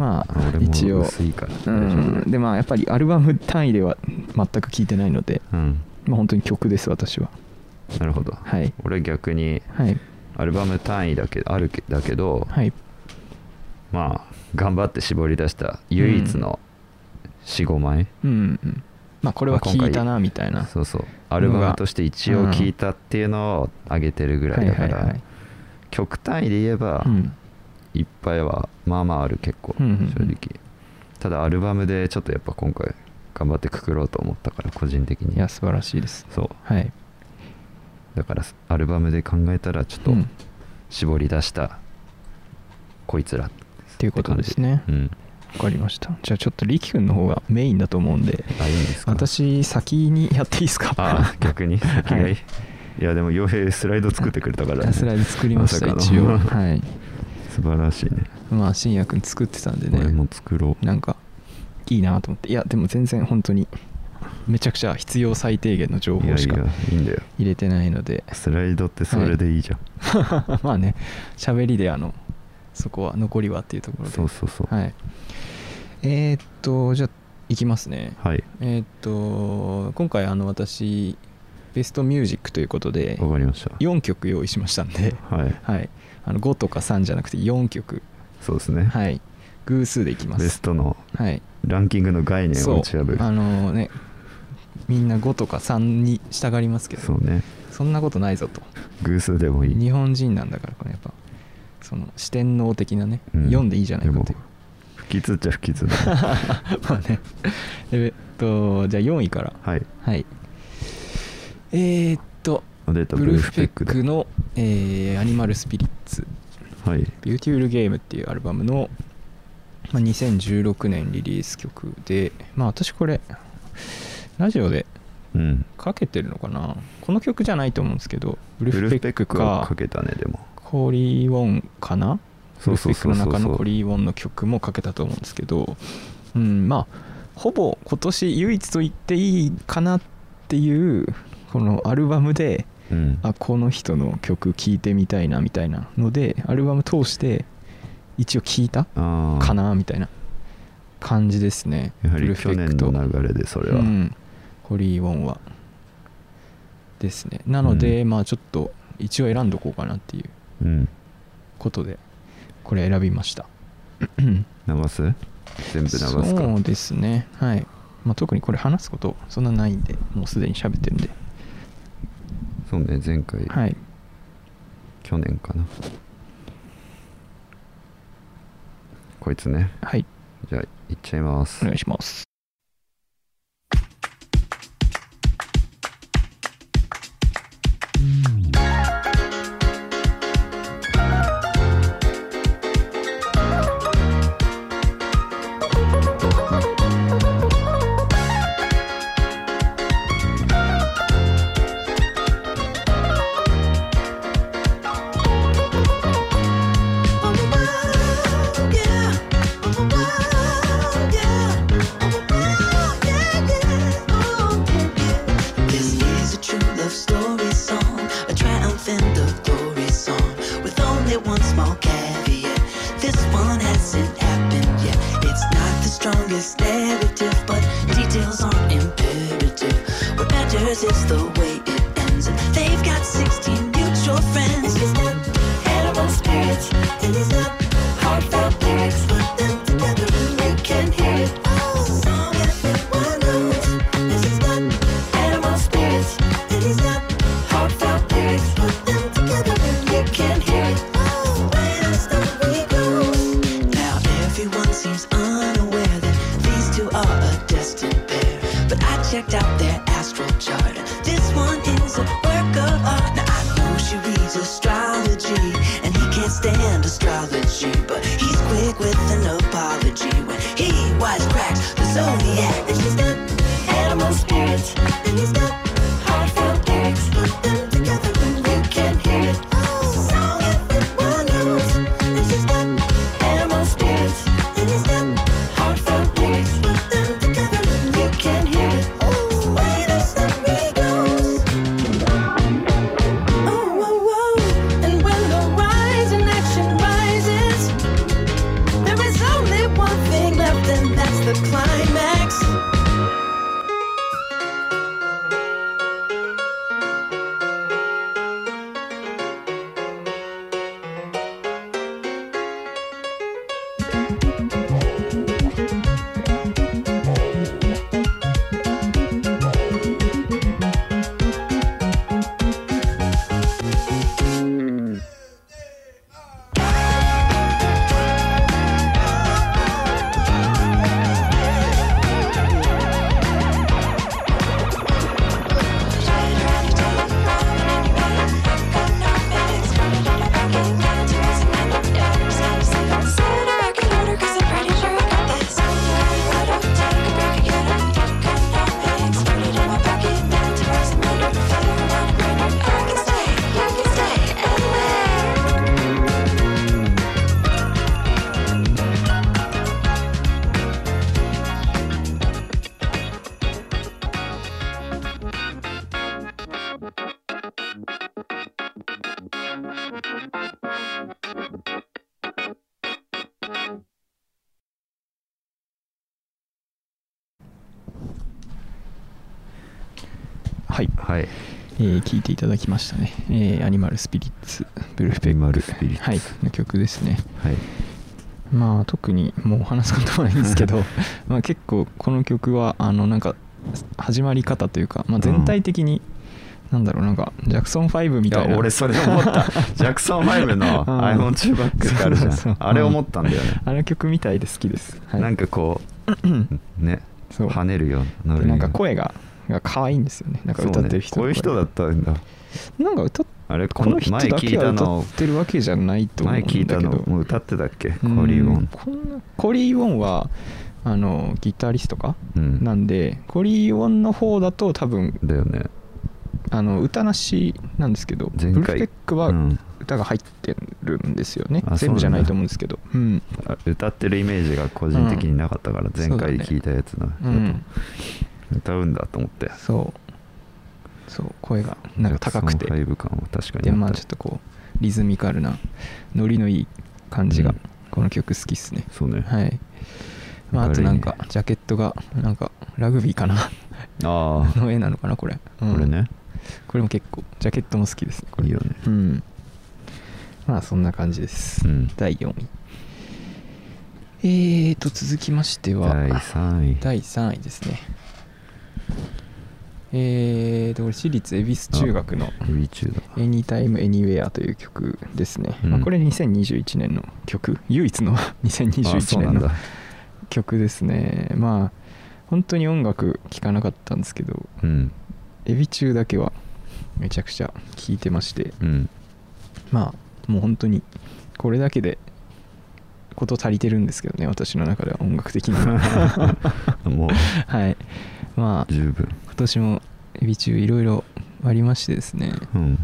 [SPEAKER 3] あ
[SPEAKER 4] 俺も
[SPEAKER 3] 一応
[SPEAKER 4] 薄いから
[SPEAKER 3] う
[SPEAKER 4] 大丈夫
[SPEAKER 3] んでまあやっぱりアルバム単位では全く聴いてないので、
[SPEAKER 4] うん
[SPEAKER 3] まあ、本当に曲です私は
[SPEAKER 4] なるほど、
[SPEAKER 3] はい
[SPEAKER 4] 俺逆に
[SPEAKER 3] はい
[SPEAKER 4] アルバム単位だけあるけだけど、
[SPEAKER 3] はい
[SPEAKER 4] まあ頑張って絞り出した唯一の45枚、
[SPEAKER 3] うんうんまあこれは
[SPEAKER 4] まあ今
[SPEAKER 3] 聞
[SPEAKER 4] 回
[SPEAKER 3] いたなみたいな
[SPEAKER 4] そうそうアルバムとして一応聴いたっていうのを上げてるぐらいだから、
[SPEAKER 3] はいはいはい
[SPEAKER 4] 曲単位で言えば
[SPEAKER 3] うん
[SPEAKER 4] いっぱいはまあまあある結構
[SPEAKER 3] う
[SPEAKER 4] 正
[SPEAKER 3] んうんうん
[SPEAKER 4] 直、ただアルバムでちょっとやっぱ今回頑張ってくくろうと思ったから個人的に
[SPEAKER 3] いや素晴らしいです
[SPEAKER 4] そう
[SPEAKER 3] はい
[SPEAKER 4] だからアルバムで考えたらちょっと
[SPEAKER 3] うん
[SPEAKER 4] 絞り出したこいつらって
[SPEAKER 3] っていうことですね
[SPEAKER 4] 感じうん
[SPEAKER 3] わかりましたじゃあちょっと力くんの方がメインだと思うんで
[SPEAKER 4] あいいんですか
[SPEAKER 3] 私先にやっていいですか
[SPEAKER 4] あー逆に先がいい、
[SPEAKER 3] はい
[SPEAKER 4] い、やでも傭兵スライド作ってくれたから、ね、
[SPEAKER 3] スライド作りました
[SPEAKER 4] まさか
[SPEAKER 3] 一
[SPEAKER 4] の
[SPEAKER 3] 応はい
[SPEAKER 4] 素晴らしいね
[SPEAKER 3] まあ信也くん作ってたんで
[SPEAKER 4] 俺
[SPEAKER 3] ね
[SPEAKER 4] も作ろう
[SPEAKER 3] なんかいいなと思っていやでも全然本当にめちゃくちゃ必要最低限の
[SPEAKER 4] い
[SPEAKER 3] 情
[SPEAKER 4] や
[SPEAKER 3] 報
[SPEAKER 4] い
[SPEAKER 3] し
[SPEAKER 4] や
[SPEAKER 3] か
[SPEAKER 4] いいんだよ
[SPEAKER 3] 入れてないので
[SPEAKER 4] スライドってそれでいいじゃん、
[SPEAKER 3] まあね喋りであのそこは残りはっていうところで
[SPEAKER 4] そうそうそう
[SPEAKER 3] はいえーっとじゃあいきますね
[SPEAKER 4] はい
[SPEAKER 3] えーっと今回あの私ベストミュージックということで
[SPEAKER 4] わ、かりました
[SPEAKER 3] 4曲用意しましたんで、
[SPEAKER 4] はい
[SPEAKER 3] はい、あの5とか3じゃなくて4曲、
[SPEAKER 4] そうですね、
[SPEAKER 3] はい、偶数でいきま
[SPEAKER 4] ベス
[SPEAKER 3] す、
[SPEAKER 4] トの
[SPEAKER 3] はい、
[SPEAKER 4] ランキングの概念を
[SPEAKER 3] そう
[SPEAKER 4] 打ち破る
[SPEAKER 3] あのねみんな5とか3に従いますけど
[SPEAKER 4] そうね
[SPEAKER 3] そんなことないぞと
[SPEAKER 4] 偶数でもいい
[SPEAKER 3] 日本人なんだからこれやっぱその四天王的なね、
[SPEAKER 4] うん
[SPEAKER 3] 読んでいいじゃないかとい
[SPEAKER 4] で
[SPEAKER 3] う
[SPEAKER 4] も不吉っちゃ不吉だ ね
[SPEAKER 3] まあねえっとじゃあ4位から
[SPEAKER 4] はい
[SPEAKER 3] はいえーっと
[SPEAKER 4] 出たブ
[SPEAKER 3] ブル
[SPEAKER 4] ル
[SPEAKER 3] ー
[SPEAKER 4] ー
[SPEAKER 3] フ
[SPEAKER 4] フ
[SPEAKER 3] ペ
[SPEAKER 4] ペ
[SPEAKER 3] ッ
[SPEAKER 4] ッ
[SPEAKER 3] ク
[SPEAKER 4] ク
[SPEAKER 3] だブルーフペ
[SPEAKER 4] だ
[SPEAKER 3] ックの、えーアニマルスピリッツ
[SPEAKER 4] はい
[SPEAKER 3] 「ビューティフルゲーム」っていうアルバムの、まあ、2016年リリース曲でまあ私これラジオで
[SPEAKER 4] うん
[SPEAKER 3] かけてるのかなこの曲じゃないと思うんですけどブ
[SPEAKER 4] ブ
[SPEAKER 3] ルー
[SPEAKER 4] ル
[SPEAKER 3] フ
[SPEAKER 4] ー
[SPEAKER 3] ペ
[SPEAKER 4] フペッ
[SPEAKER 3] ック
[SPEAKER 4] クは
[SPEAKER 3] か
[SPEAKER 4] かけたねでも
[SPEAKER 3] ホーリー・ウォンかな
[SPEAKER 4] そうそうそうそう
[SPEAKER 3] ルスペックの中のホーリー・ウォンの曲もかけたと思うんですけど、うん、まあほぼ今年唯一と言っていいかなっていうこのアルバムで
[SPEAKER 4] うん、
[SPEAKER 3] あこの人の曲聴いてみたいなみたいなのでアルバム通して一応聴いた
[SPEAKER 4] あー
[SPEAKER 3] かなみたいな感じですね
[SPEAKER 4] やは
[SPEAKER 3] プ
[SPEAKER 4] り
[SPEAKER 3] ルフ
[SPEAKER 4] 去
[SPEAKER 3] ェ
[SPEAKER 4] 年
[SPEAKER 3] クト
[SPEAKER 4] の流れでそれは、
[SPEAKER 3] うん、ホリー・ウォンはですねなので、
[SPEAKER 4] う
[SPEAKER 3] まあちょっと一応選んどこうかなっていう
[SPEAKER 4] うん、
[SPEAKER 3] ことでこれ選びました
[SPEAKER 4] 流す全部流すか
[SPEAKER 3] そうですねはい、まあ、特にこれ話すことそんなないんでもうすでに喋ってるんで
[SPEAKER 4] そうね前回、
[SPEAKER 3] はい
[SPEAKER 4] 去年かなこいつね
[SPEAKER 3] はい
[SPEAKER 4] じゃあいっちゃいます
[SPEAKER 3] お願いします
[SPEAKER 5] This is a true love story song, a triumph and a glory song, with only one small caveat. This one hasn't happened yet. It's not the strongest narrative, but details aren't imperative. What matters is the way it ends. And they've got 16 mutual friends. It's just not animal spirits, and it's not heartfelt lyrics. Put them together and you can hear it. Oh, song one note. This is not animal spirits, and it's not heartfelt lyrics. Put them together and you can hear it. Oh, where the story goes. Now everyone seems unaware that these two are a destined pair. But I checked out their astral chart. This one is a work of art. Now I know she reads astrology, and he can't stand astrology. But he's quick with an apology when he wisecracks the zodiac. And she's not animal spirits, and he's not heartfelt lyrics. Put them together and you can hear it. Oh, so everyone knows. And she's not animal spirits, and he's not heartfelt lyrics. Put them together and you can hear it. Oh, way the story goes. Oh, oh, oh. And when the rise in action rises, there is only one thing left, and that's the climax.
[SPEAKER 6] Anyway.
[SPEAKER 3] はい、
[SPEAKER 4] はい
[SPEAKER 3] えー聞いていただきましたね、えーアニマルスピリッツブルーフペ
[SPEAKER 4] ペ
[SPEAKER 3] ッ
[SPEAKER 4] ン
[SPEAKER 3] ク
[SPEAKER 4] マルスピリッツ
[SPEAKER 3] はいの曲ですね
[SPEAKER 4] はい
[SPEAKER 3] まあ特にもう話すことはないんです けどまあ結構この曲はあのなんか始まり方というか、まあ、全体的に、なんだろうなんかジャクソン5み
[SPEAKER 4] い
[SPEAKER 3] たいな
[SPEAKER 4] や 俺それ思ったジャクソン5の iPhone チューバックがあるじゃん
[SPEAKER 3] そうそう
[SPEAKER 4] あれ思ったんだよね
[SPEAKER 3] あの曲みたいで好きです、はい、
[SPEAKER 4] なんかこうね
[SPEAKER 3] そう
[SPEAKER 4] 跳ねるような乗
[SPEAKER 3] で
[SPEAKER 4] るよう
[SPEAKER 3] なんか声がが可愛いんですよねなんか歌ってる人
[SPEAKER 4] そうねこうい
[SPEAKER 3] の
[SPEAKER 4] う
[SPEAKER 3] 声
[SPEAKER 4] 人だったんだ
[SPEAKER 3] なんか歌っ
[SPEAKER 4] あれこ
[SPEAKER 3] こ
[SPEAKER 4] の
[SPEAKER 3] の人
[SPEAKER 4] 前
[SPEAKER 3] だ
[SPEAKER 4] 聞
[SPEAKER 3] け
[SPEAKER 4] い
[SPEAKER 3] は
[SPEAKER 4] た
[SPEAKER 3] 歌
[SPEAKER 4] の
[SPEAKER 3] ってるわけじゃないと思うん
[SPEAKER 4] 前
[SPEAKER 3] だ
[SPEAKER 4] 聞
[SPEAKER 3] け
[SPEAKER 4] いたの
[SPEAKER 3] ど
[SPEAKER 4] もう歌ってたっけコ
[SPEAKER 3] うん
[SPEAKER 4] ーリー・ウォン
[SPEAKER 3] こんなコリー・ウォンはあのギタリストか、
[SPEAKER 4] うん
[SPEAKER 3] なんでコリー・ウォンの方だと多分
[SPEAKER 4] だよね
[SPEAKER 3] あの歌なしなんですけどブ
[SPEAKER 4] 前
[SPEAKER 3] ルーフ
[SPEAKER 4] 回
[SPEAKER 3] ペックは
[SPEAKER 4] うん
[SPEAKER 3] 歌が入ってるんですよね
[SPEAKER 4] あ
[SPEAKER 3] 全部じゃないと
[SPEAKER 4] そう
[SPEAKER 3] 思
[SPEAKER 4] なん
[SPEAKER 3] う
[SPEAKER 4] んだ
[SPEAKER 3] ですけどうん
[SPEAKER 4] あ歌ってるイメージが個人的になかったから、
[SPEAKER 3] うん
[SPEAKER 4] 前回聞いたやつな、
[SPEAKER 3] うん
[SPEAKER 4] 歌うんだと思って
[SPEAKER 3] そうそう声がなんか高くて
[SPEAKER 4] そのライブ感は確かに
[SPEAKER 3] で
[SPEAKER 4] あった
[SPEAKER 3] まあちょっとこうリズミカルなノリのいい感じが、
[SPEAKER 4] うん
[SPEAKER 3] この曲好きっすね
[SPEAKER 4] そうね
[SPEAKER 3] はい、まあ、あ
[SPEAKER 4] 明る
[SPEAKER 3] と
[SPEAKER 4] いね
[SPEAKER 3] なんかジャケットがなんかラグビー かな
[SPEAKER 4] ああ
[SPEAKER 3] の絵なのかなこれ、うん
[SPEAKER 4] これね
[SPEAKER 3] これも結構ジャケットも好きですねこれ
[SPEAKER 4] いいよね
[SPEAKER 3] うんまあそんな感じです、
[SPEAKER 4] うん
[SPEAKER 3] 第4位えーと続きましては
[SPEAKER 4] 第3位
[SPEAKER 3] 第3位ですねえーとこれ私立恵比寿中学の
[SPEAKER 4] あ海中だ
[SPEAKER 3] 「Anytime Anywhere」という曲ですね、
[SPEAKER 4] うん
[SPEAKER 3] まあ、これ2021年の曲唯一の
[SPEAKER 4] あそ
[SPEAKER 3] 2021
[SPEAKER 4] うな
[SPEAKER 3] 年
[SPEAKER 4] ん
[SPEAKER 3] の
[SPEAKER 4] だ
[SPEAKER 3] 曲ですねまあ本当に音楽聴かなかったんですけど
[SPEAKER 4] うん
[SPEAKER 3] エビ中だけはめちゃくちゃ聴いてまして
[SPEAKER 4] うん
[SPEAKER 3] まあもう本当にこれだけでこと足りてるんですけどね私の中では音楽的には
[SPEAKER 4] もう
[SPEAKER 3] はいまあ
[SPEAKER 4] 十分
[SPEAKER 3] 今年もエビ中いろいろありましてですね
[SPEAKER 4] うん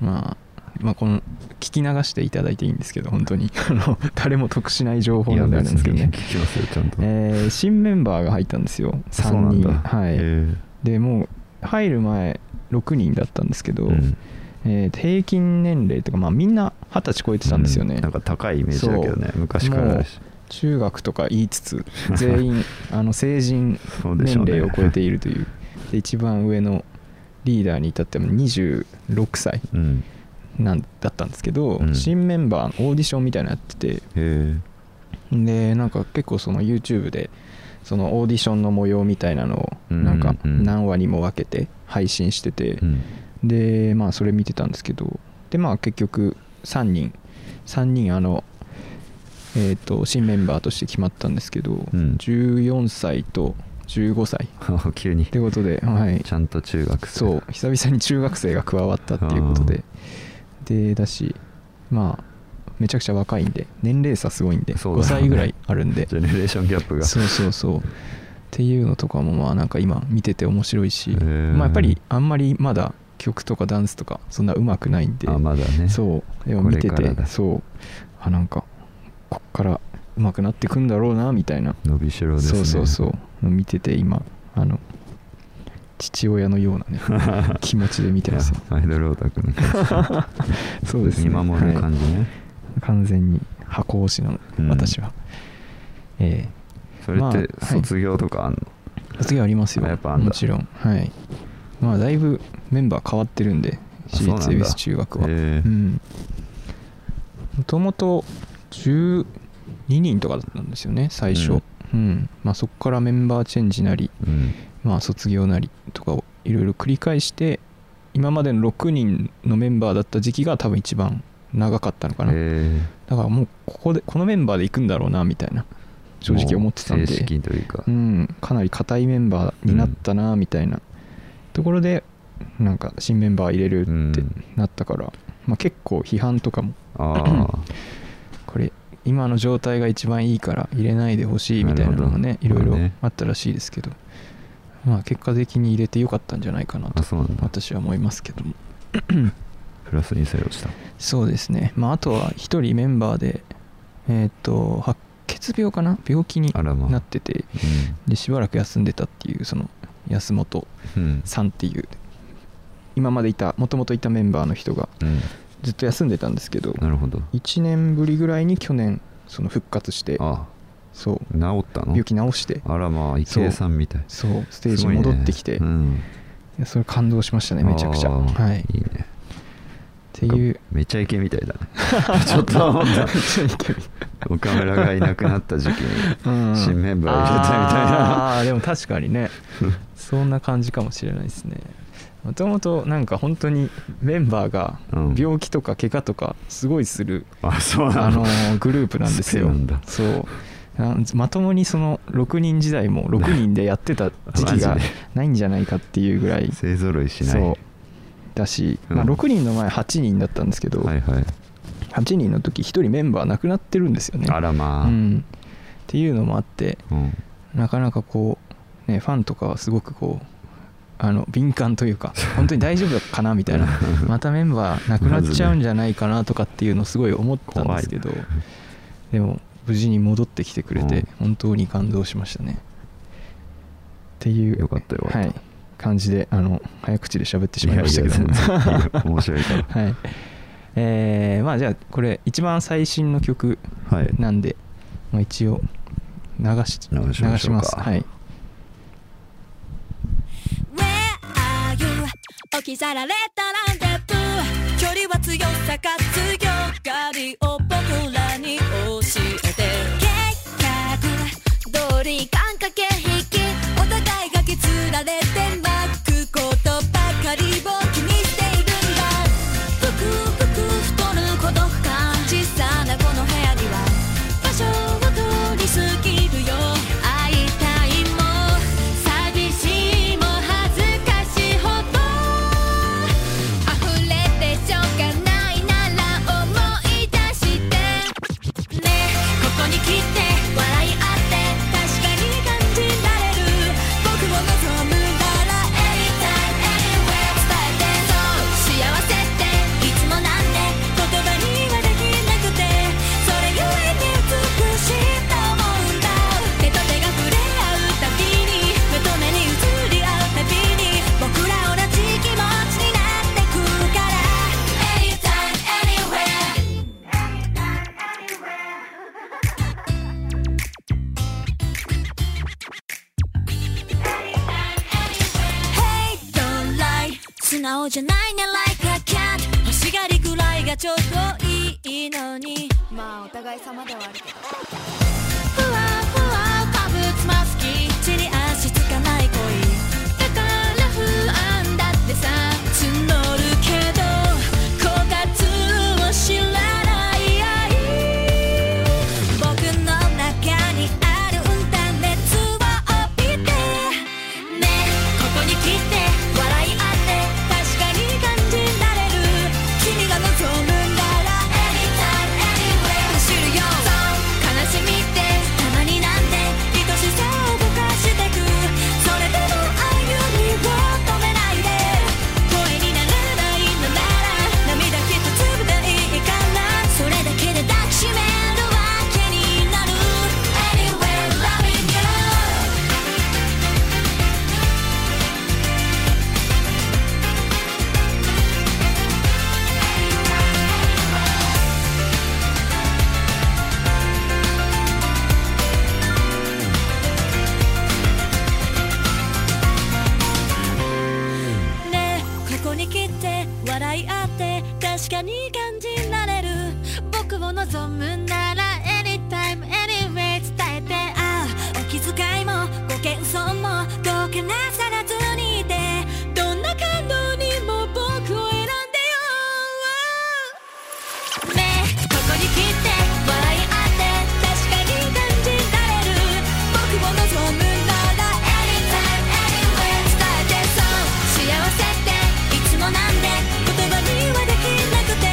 [SPEAKER 3] まあまあこの聞き流していただいていいんですけど本当に あの誰も得しない情報なんであるんですけど
[SPEAKER 4] いや
[SPEAKER 3] ね
[SPEAKER 4] 別に聞きますよちゃんと、
[SPEAKER 3] えー新メンバーが入ったんですよ
[SPEAKER 4] そうな
[SPEAKER 3] 3
[SPEAKER 4] ん
[SPEAKER 3] 人
[SPEAKER 4] だ
[SPEAKER 3] はい、
[SPEAKER 4] えー
[SPEAKER 3] でもう入る前6人だったんですけど、
[SPEAKER 4] うん
[SPEAKER 3] えー平均年齢とか、まあ、みんな二十歳超えてたんですよね、
[SPEAKER 4] うなんか高いイメージだけどね
[SPEAKER 3] そう
[SPEAKER 4] 昔からだし
[SPEAKER 3] もう中学とか言い つつ全員あの成人
[SPEAKER 4] そうでしょう
[SPEAKER 3] 年
[SPEAKER 4] ね
[SPEAKER 3] 齢を超えているというで一番上のリーダーに至っても26歳
[SPEAKER 4] うん
[SPEAKER 3] なんだったんですけど、
[SPEAKER 4] うん
[SPEAKER 3] 新メンバーのオーディションみたいなのやってて
[SPEAKER 4] へえ
[SPEAKER 3] でなんか結構その YouTube でそのオーディションの模様みたいなのをなんか
[SPEAKER 4] うんうんうん
[SPEAKER 3] 何話にも分けて配信してて
[SPEAKER 4] うん
[SPEAKER 3] でまあそれ見てたんですけどでまあ結局3人3人あのえっと新メンバーとして決まったんですけど
[SPEAKER 4] ん
[SPEAKER 3] 14歳と15歳
[SPEAKER 4] あ急に
[SPEAKER 3] ってことではい
[SPEAKER 4] ちゃんと中学生
[SPEAKER 3] そう久々に中学生が加わったっていうことででだしまあめちゃくちゃ若いんで年齢差すごいんで、
[SPEAKER 4] そう
[SPEAKER 3] 5
[SPEAKER 4] だよね
[SPEAKER 3] 歳ぐらいあるんで
[SPEAKER 4] ジェネレーションギャップが
[SPEAKER 3] そうそうそうっていうのとかもまあなんか今見てて面白いし
[SPEAKER 4] へ、ー
[SPEAKER 3] まあ、やっぱりあんまりまだ曲とかダンスとかそんな上手くないんで、
[SPEAKER 4] あまだね
[SPEAKER 3] そうでも見て
[SPEAKER 4] これから
[SPEAKER 3] て
[SPEAKER 4] だ
[SPEAKER 3] そうあなんかこっから上手くなってくんだろうなみたいな
[SPEAKER 4] 伸びしろですね
[SPEAKER 3] そうそうそう見てて今あの父親のようなね 気持ちで見てますよ
[SPEAKER 4] いやアイドルオタクの感じ
[SPEAKER 3] そうですね
[SPEAKER 4] 見守る感じね、
[SPEAKER 3] 完全に箱推しなの、
[SPEAKER 4] うん
[SPEAKER 3] 私はえ
[SPEAKER 4] それ
[SPEAKER 3] まあ
[SPEAKER 4] っ
[SPEAKER 3] はい
[SPEAKER 4] て卒業とかあんの、
[SPEAKER 3] え次ありますよ
[SPEAKER 4] あやっぱあんだ
[SPEAKER 3] もちろんはいまあだいぶメンバー変わってるんで
[SPEAKER 4] あ
[SPEAKER 3] 私立
[SPEAKER 4] そうなん
[SPEAKER 3] 恵比
[SPEAKER 4] だ
[SPEAKER 3] 寿中学は
[SPEAKER 4] へえ
[SPEAKER 3] うんもともと12人とかだったんですよね最初、
[SPEAKER 4] う
[SPEAKER 3] うんんまあ、そこからメンバーチェンジなり、
[SPEAKER 4] うん
[SPEAKER 3] まあ、卒業なりとかをいろいろ繰り返して今までの6人のメンバーだった時期が多分一番長かったのかな、
[SPEAKER 4] え
[SPEAKER 3] だからもうここでこのメンバーで行くんだろうなみたいな
[SPEAKER 4] ー
[SPEAKER 3] 正直思ってたん
[SPEAKER 4] も
[SPEAKER 3] で
[SPEAKER 4] う正式というか、
[SPEAKER 3] うん、かなり硬いメンバーになったなみたいなところでなんか新メンバー入れるって
[SPEAKER 4] うん
[SPEAKER 3] なったから、まあ、結構批判とかも
[SPEAKER 4] あ あ
[SPEAKER 3] これ今の状態が一番いいから入れないでほしいみたいなのもね
[SPEAKER 4] ないる
[SPEAKER 3] ろ
[SPEAKER 4] ほど
[SPEAKER 3] いろ
[SPEAKER 4] まあね
[SPEAKER 3] あったらしいですけど、まあ、結果的に入れてよかったんじゃないかな
[SPEAKER 4] あ
[SPEAKER 3] と
[SPEAKER 4] そうなんだ
[SPEAKER 3] 私は思いますけども
[SPEAKER 4] プラスに作用した
[SPEAKER 3] そうですね、まあ、あとは1人メンバーでえっ、と白血病かな病気に
[SPEAKER 4] あらまあ
[SPEAKER 3] なっててでしばらく休んでたっていうその安本
[SPEAKER 4] うんうん
[SPEAKER 3] さんっていう今までいたもともといたメンバーの人が
[SPEAKER 4] うん
[SPEAKER 3] ずっと休んでたんですけど
[SPEAKER 4] なるほど
[SPEAKER 3] 1年ぶりぐらいに去年その復活して
[SPEAKER 4] あ
[SPEAKER 3] そう
[SPEAKER 4] 治ったの
[SPEAKER 3] 病気治して
[SPEAKER 4] あらまあ池江さんみたい
[SPEAKER 3] そうステー
[SPEAKER 4] す
[SPEAKER 3] ジ
[SPEAKER 4] ごい
[SPEAKER 3] に
[SPEAKER 4] ね
[SPEAKER 3] 戻ってきて、
[SPEAKER 4] うん
[SPEAKER 3] いやそれ感動しましたねめちゃくちゃ
[SPEAKER 4] あー
[SPEAKER 3] はい
[SPEAKER 4] いいね
[SPEAKER 3] っていう
[SPEAKER 4] めちゃイケみたいだね ちょっと思った
[SPEAKER 3] めっちゃイケメ ン
[SPEAKER 4] 岡村がいなくなった時期に新メンバーを入れたみたい
[SPEAKER 3] あ
[SPEAKER 4] な
[SPEAKER 3] ーでも確かにねそんな感じかもしれないですねもともとなんか本当にメンバーが
[SPEAKER 4] うん
[SPEAKER 3] 病気とか怪我とかすごいする、
[SPEAKER 4] あそうな
[SPEAKER 3] あ
[SPEAKER 4] の
[SPEAKER 3] のーグループなんですよ
[SPEAKER 4] そうなんだ
[SPEAKER 3] そうあまともにその6人時代も6人でやってた時期
[SPEAKER 4] マ
[SPEAKER 3] が
[SPEAKER 4] ジで
[SPEAKER 3] ないんじゃないかっていうぐらい
[SPEAKER 4] 勢ぞろいしない
[SPEAKER 3] そうだし、まあ、
[SPEAKER 4] うん
[SPEAKER 3] 6人の前8人だったんですけど、
[SPEAKER 4] はいはい
[SPEAKER 3] 8人の時1人メンバー亡くなってるんですよね
[SPEAKER 4] あらまあ
[SPEAKER 3] うん、っていうのもあって
[SPEAKER 4] うん
[SPEAKER 3] なかなかこう、ね、ファンとかはすごくこうあの敏感とい うか本当に大丈夫かなみたいなまたメンバーなくなっちゃうんじゃないかなとかっていうのをすごい思ったんですけど、
[SPEAKER 4] 怖い
[SPEAKER 3] でも無事に戻ってきてくれ
[SPEAKER 4] うん
[SPEAKER 3] て本当に感動しましたね。っていう
[SPEAKER 4] よかったよかった
[SPEAKER 3] はい、感じであの早口で喋ってしまいましたけど
[SPEAKER 4] いやいや全然いいよ 面白いから
[SPEAKER 3] はいえーまあじゃあこれ一番最新の曲
[SPEAKER 4] はい
[SPEAKER 3] なんで、まあ、一応流し
[SPEAKER 4] 流しましょうか
[SPEAKER 3] ますはい、
[SPEAKER 6] Where are you? Oh, 置き去られたランデブー距離は強さが強がりを僕らに教えて計画通り感覚引きお互いが削られて巻くことばかりを気にしているんだぷくぷく太る孤独感小さなこの部屋には場所を通り過ぎるよ会いたいも寂しいも恥ずかしいほど溢れてしょうがないなら思い出してねここに来て笑い合って確かに感じられる僕を望むなら Anytime Anywhere 伝えてそう幸せっていつもなんて言葉にはできなくてそれゆえに美しいと思うんだ手と手が触れ合うたびに目と目に映り合うたびに僕ら同じ気持ちになってくから Anytime Anywhere Hey, don't lie 素直じゃないね like a cat 欲しがりくらいがちょうどいいのにまあお互い様ではあるけどふわふわかぶつますき地に足つかない恋だから不安だってさ募るけど枯渇を知らない愛僕の中にあるんだ熱を帯びてねここに来て笑い合って確かに感じられる君が望むなら Anytime Anywhere 走るよそう悲しみってたまになんて愛しさをぼかしてくそれでも歩みを止めないで声にならないのなら涙きっとつぶないいからそれだけで抱きしめるわけになる Anywhere loving you ねえここに来て笑い合って確かに感じられる僕を望むなら Anytime Anyway 伝えてああお気遣いもご謙遜もどうかなさらずにいてどんな感動にも僕を選んでよねえここに来て笑い合って確かに感じられる僕を望むなら Anytime Anywhere 伝えてそう幸せっていつもなんで言葉にはできなくて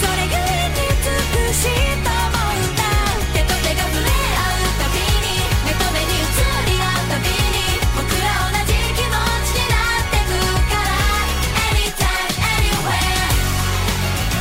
[SPEAKER 6] それゆえに美しいと思うんだ手と手が触れ合うたびに目と目に映り合うたびに僕ら同じ気持ちになってくから Anytime Anywhere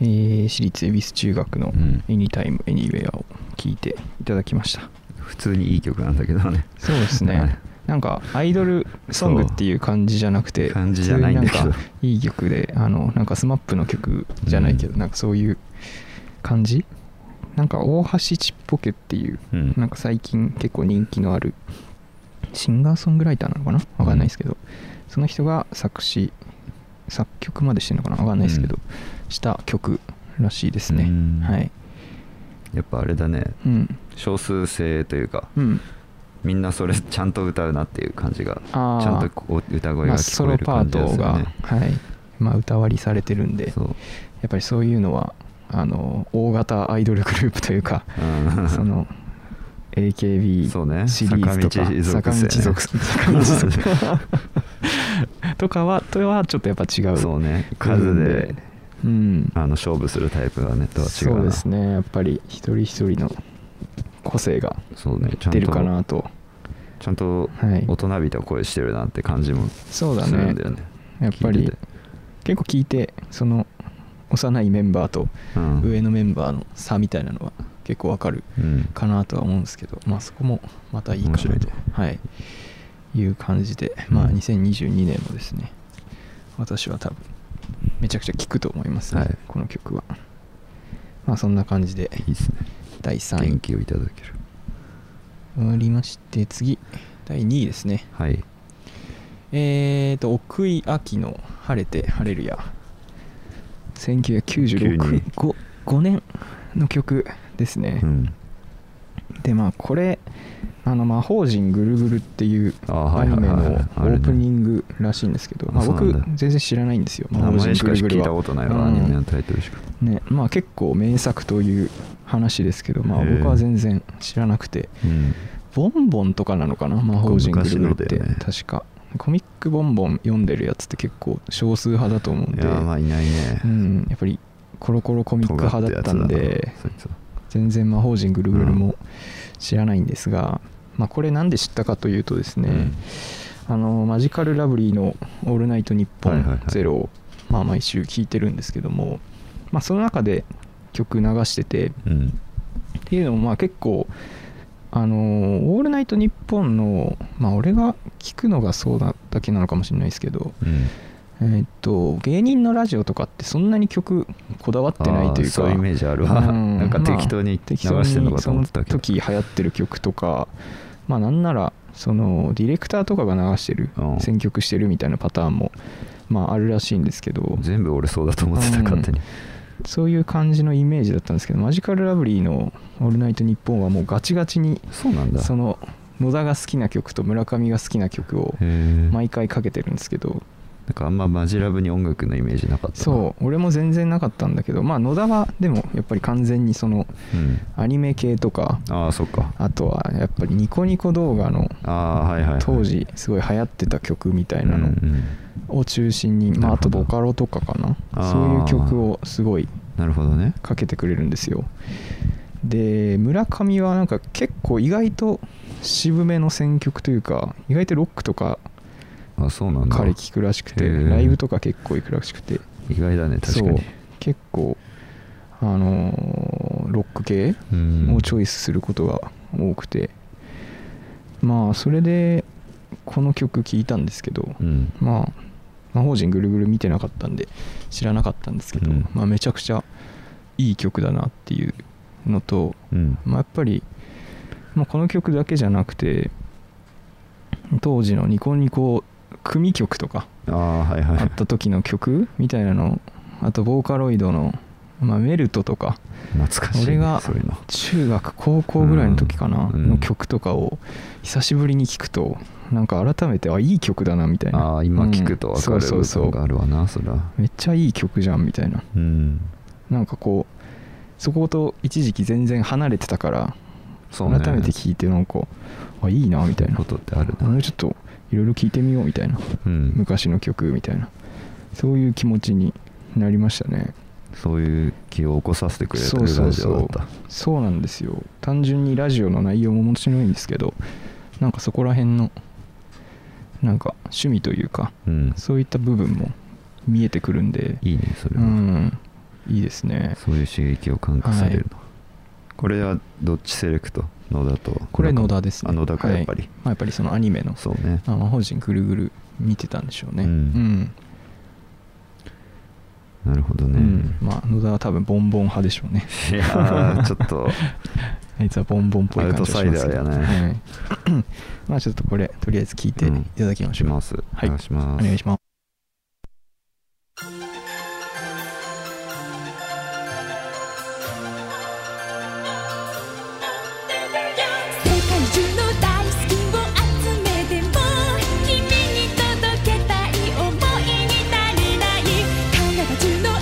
[SPEAKER 3] えー私立恵比寿中学の
[SPEAKER 4] うん
[SPEAKER 3] 「Anytime Anywhere」を聴いていただきました
[SPEAKER 4] 普通にいい曲なんだけどね
[SPEAKER 3] そうですね なんかアイドルソングっていう感じじゃなくて
[SPEAKER 4] そう感じじゃないんだけど
[SPEAKER 3] 普通になんかいい曲であのなんか SMAP の曲じゃないけど、
[SPEAKER 4] うん
[SPEAKER 3] なんかそういう感じなんか大橋ちっぽけっていう、
[SPEAKER 4] うん
[SPEAKER 3] なんか最近結構人気のあるシンガーソングライターなのかなわかんないですけど、その人が作詞作曲までしてるのかなわかんないですけど、した曲らしいですね、
[SPEAKER 4] うん
[SPEAKER 3] はい
[SPEAKER 4] やっぱあれだね
[SPEAKER 3] うん
[SPEAKER 4] 少数性というか
[SPEAKER 3] うん
[SPEAKER 4] みんなそれちゃんと歌うなっていう感じがち
[SPEAKER 3] あー
[SPEAKER 4] ゃんとこう歌声
[SPEAKER 3] ま
[SPEAKER 4] が
[SPEAKER 3] あ
[SPEAKER 4] 聞
[SPEAKER 3] ソ
[SPEAKER 4] こえ
[SPEAKER 3] ロ
[SPEAKER 4] る
[SPEAKER 3] パ
[SPEAKER 4] 感
[SPEAKER 3] ー
[SPEAKER 4] じです
[SPEAKER 3] ト
[SPEAKER 4] よ
[SPEAKER 3] が
[SPEAKER 4] ね、
[SPEAKER 3] はいまあ、歌割りされてるんで
[SPEAKER 4] そう
[SPEAKER 3] やっぱりそういうのはあの大型アイドルグループというか
[SPEAKER 4] うん
[SPEAKER 3] その AKB
[SPEAKER 4] そうね
[SPEAKER 3] シリーズと
[SPEAKER 4] 坂
[SPEAKER 3] か、
[SPEAKER 4] 道
[SPEAKER 3] 族
[SPEAKER 4] 族
[SPEAKER 3] 坂道族とかはとはちょっとやっぱ違う
[SPEAKER 4] そうね数で、
[SPEAKER 3] うん、
[SPEAKER 4] あの勝負するタイプはねとは違うな
[SPEAKER 3] そうですねやっぱり一人一人の個性が
[SPEAKER 4] そうねちゃんと
[SPEAKER 3] 出るかなと
[SPEAKER 4] ちゃんと
[SPEAKER 3] はい
[SPEAKER 4] 大人びた声してるなって感じもす
[SPEAKER 3] そうだ
[SPEAKER 4] る
[SPEAKER 3] ね
[SPEAKER 4] んだよね
[SPEAKER 3] やっぱ
[SPEAKER 4] 聞い
[SPEAKER 3] り
[SPEAKER 4] てて
[SPEAKER 3] 結構聞いてその幼いメンバーと
[SPEAKER 4] うん
[SPEAKER 3] 上のメンバーの差みたいなのは結構わかる
[SPEAKER 4] うん
[SPEAKER 3] かなとは思うんですけど、まあ、そこもまたいいかな
[SPEAKER 4] 面白いね
[SPEAKER 3] と、はい、いう感じで、まあ、
[SPEAKER 4] うん
[SPEAKER 3] 2022年もですね私は多分めちゃくちゃ聴くと思いますね、
[SPEAKER 4] はい
[SPEAKER 3] この曲は、まあ、そんな感じで
[SPEAKER 4] いいっすね
[SPEAKER 3] 第3
[SPEAKER 4] 元
[SPEAKER 3] 位
[SPEAKER 4] 気をいただける
[SPEAKER 3] 終わりまして次第2位ですね
[SPEAKER 4] はい
[SPEAKER 3] えーと奥井秋の「晴れて晴れるや」1996 5, 5年の曲ですね、
[SPEAKER 4] うん
[SPEAKER 3] でまあこれあの魔法陣ぐるぐるっていう
[SPEAKER 4] あ
[SPEAKER 3] ア
[SPEAKER 4] は
[SPEAKER 3] ニ
[SPEAKER 4] いはい
[SPEAKER 3] メ
[SPEAKER 4] はい
[SPEAKER 3] のオ
[SPEAKER 4] はいあれね
[SPEAKER 3] ープニングらしいんですけど、まあ、
[SPEAKER 4] あそうなん
[SPEAKER 3] 僕
[SPEAKER 4] だ
[SPEAKER 3] 全然知らないんですよ
[SPEAKER 4] 名前しか
[SPEAKER 3] ぐ
[SPEAKER 4] 聞い
[SPEAKER 3] は
[SPEAKER 4] たことない
[SPEAKER 3] うん
[SPEAKER 4] わアニメのタイトルしか
[SPEAKER 3] ねまあ結構名作という話ですけど、まあ、
[SPEAKER 4] へえ
[SPEAKER 3] 僕は全然知らなくて
[SPEAKER 4] うん
[SPEAKER 3] ボンボンとかなのかな魔法陣ぐるぐるっ
[SPEAKER 4] 昔
[SPEAKER 3] て、
[SPEAKER 4] のだよね
[SPEAKER 3] 確かコミックボンボン読んでるやつって結構少数派だと思うん
[SPEAKER 4] い
[SPEAKER 3] で
[SPEAKER 4] やまあいないね
[SPEAKER 3] うん、やっぱりコロコロコミック派だった
[SPEAKER 4] 尖
[SPEAKER 3] んで
[SPEAKER 4] ってるやつだな
[SPEAKER 3] 全然魔法陣ぐるぐる
[SPEAKER 4] う
[SPEAKER 3] も
[SPEAKER 4] ん
[SPEAKER 3] 知らないんですが、まあ、これなんで知ったかというとですね、
[SPEAKER 4] うん
[SPEAKER 3] あのマジカルラブリーの「オールナイトニッポ
[SPEAKER 4] はいはい
[SPEAKER 3] ン
[SPEAKER 4] はい
[SPEAKER 3] ゼロをまあ毎週聴いてるんですけども、まあ、その中で曲流しててっ
[SPEAKER 4] そいつはうん
[SPEAKER 3] ていうのもまあ結構あのオールナイトニッポンのまあ俺が聞くのがそうだだけなのかもしれないですけど、
[SPEAKER 4] うん
[SPEAKER 3] えーっと芸人のラジオとかってそんなに曲こだわってないというか
[SPEAKER 4] あーそういうイメージあるわ、
[SPEAKER 3] うん
[SPEAKER 4] なんか適当に流してんのかと思ってたけど、
[SPEAKER 3] まあ適当にその時流行ってる曲とかまあなんならそのディレクターとかが流してる、
[SPEAKER 4] うん
[SPEAKER 3] 選曲してるみたいなパターンもまああるらしいんですけど
[SPEAKER 4] 全部俺そうだと思ってた
[SPEAKER 3] うん
[SPEAKER 4] 勝手に、
[SPEAKER 3] そういう感じのイメージだったんですけどマジカルラブリーの「オールナイトニッポン」はもうガチガチに
[SPEAKER 4] そうなんだ
[SPEAKER 3] その野田が好きな曲と村上が好きな曲を
[SPEAKER 4] へえなん
[SPEAKER 3] 毎回かけてるんですけど
[SPEAKER 4] かあんまマジラブに音楽のイメージなかったな
[SPEAKER 3] そう俺も全然なかったんだけどまあ野田はでもやっぱり完全にその
[SPEAKER 4] うん、
[SPEAKER 3] アニメ系とか
[SPEAKER 4] ああそっか
[SPEAKER 3] あとはやっぱりニコニコ動画の
[SPEAKER 4] ああはいはい、はい、
[SPEAKER 3] 当時すごい流行ってた曲みたいな
[SPEAKER 4] うん
[SPEAKER 3] の
[SPEAKER 4] うん
[SPEAKER 3] を中心に、
[SPEAKER 4] なるほど
[SPEAKER 3] まあ、あとボカロとかかな
[SPEAKER 4] あー
[SPEAKER 3] そういう曲をすごい
[SPEAKER 4] なるほどね
[SPEAKER 3] かけてくれるんですよで村上はなんか結構意外と渋めの選曲というか意外とロックとか
[SPEAKER 4] あそうなんだ
[SPEAKER 3] 彼聴くらしくて
[SPEAKER 4] へー
[SPEAKER 3] ライブとか結構行くらしくて
[SPEAKER 4] 意外だね確か
[SPEAKER 3] そう
[SPEAKER 4] に
[SPEAKER 3] 結構あのーロック系
[SPEAKER 4] うん
[SPEAKER 3] をチョイスすることが多くて、まあそれでこの曲聴いたんですけど、
[SPEAKER 4] うん
[SPEAKER 3] まあ魔法陣ぐるぐる見てなかったんで知らなかったんですけど、
[SPEAKER 4] うん
[SPEAKER 3] まあ、めちゃくちゃいい曲だなっていうのと、
[SPEAKER 4] うん
[SPEAKER 3] まあ、やっぱり、まあ、この曲だけじゃなくて当時のニコニコ組曲とか
[SPEAKER 4] ああはいはい
[SPEAKER 3] あった時の曲みたいなのあとボーカロイドの、まあ、メルトとか
[SPEAKER 4] 懐かしい、ね、
[SPEAKER 3] 俺が
[SPEAKER 4] そういうの
[SPEAKER 3] 中学高校ぐらいの時かな、
[SPEAKER 4] うん
[SPEAKER 3] の曲とかを久しぶりに聴くとなんか改めてあいい曲だなみたいな
[SPEAKER 4] ああ今聞くと分か
[SPEAKER 3] うん
[SPEAKER 4] る
[SPEAKER 3] そ
[SPEAKER 4] 部
[SPEAKER 3] うそう
[SPEAKER 4] 分
[SPEAKER 3] そ
[SPEAKER 4] が
[SPEAKER 3] う
[SPEAKER 4] あるわなそれは
[SPEAKER 3] めっちゃいい曲じゃんみたいな
[SPEAKER 4] うん
[SPEAKER 3] なんかこうそこと一時期全然離れてたから、
[SPEAKER 4] そうね
[SPEAKER 3] 改めて聴いてなんかあいいなみたいな
[SPEAKER 4] ことってあるな
[SPEAKER 3] もうちょっといろいろ聴いてみようみたいな
[SPEAKER 4] うん
[SPEAKER 3] 昔の曲みたいなそういう気持ちになりましたね
[SPEAKER 4] そういう気を起こさせてくれる
[SPEAKER 3] そうそ
[SPEAKER 4] ラ
[SPEAKER 3] う
[SPEAKER 4] ジ
[SPEAKER 3] そ
[SPEAKER 4] オだっ
[SPEAKER 3] う
[SPEAKER 4] た
[SPEAKER 3] そうなんですよ単純にラジオの内容も面白いんですけどなんかそこら辺のなんか趣味というか
[SPEAKER 4] うん
[SPEAKER 3] そういった部分も見えてくるんで
[SPEAKER 4] いいねそれ
[SPEAKER 3] う
[SPEAKER 4] は、
[SPEAKER 3] んいいですね
[SPEAKER 4] そういう刺激を感化されるの、これはどっちセレクト野田と
[SPEAKER 3] これ野田ですね
[SPEAKER 4] あ野田かやっぱり、
[SPEAKER 3] はいまあ、やっぱりそのアニメの
[SPEAKER 4] そうね
[SPEAKER 3] まあ魔法陣ぐるぐる見てたんでしょうね
[SPEAKER 4] うんなるほど
[SPEAKER 3] うん
[SPEAKER 4] ね、
[SPEAKER 3] うんまあ野田は多分ボンボン派でしょうね
[SPEAKER 4] いや ーちょっと
[SPEAKER 3] あいつはボンボンっぽい感じがしますけど
[SPEAKER 4] アウトサイダーやね
[SPEAKER 3] はい まあちょっとこれとりあえず聞いていただきまし
[SPEAKER 4] し
[SPEAKER 3] ょう、
[SPEAKER 4] ます、
[SPEAKER 3] は
[SPEAKER 4] お
[SPEAKER 3] い
[SPEAKER 4] 願いします
[SPEAKER 3] お願いします
[SPEAKER 6] 世界中の大好きを集めても君に届けたい想いに足りない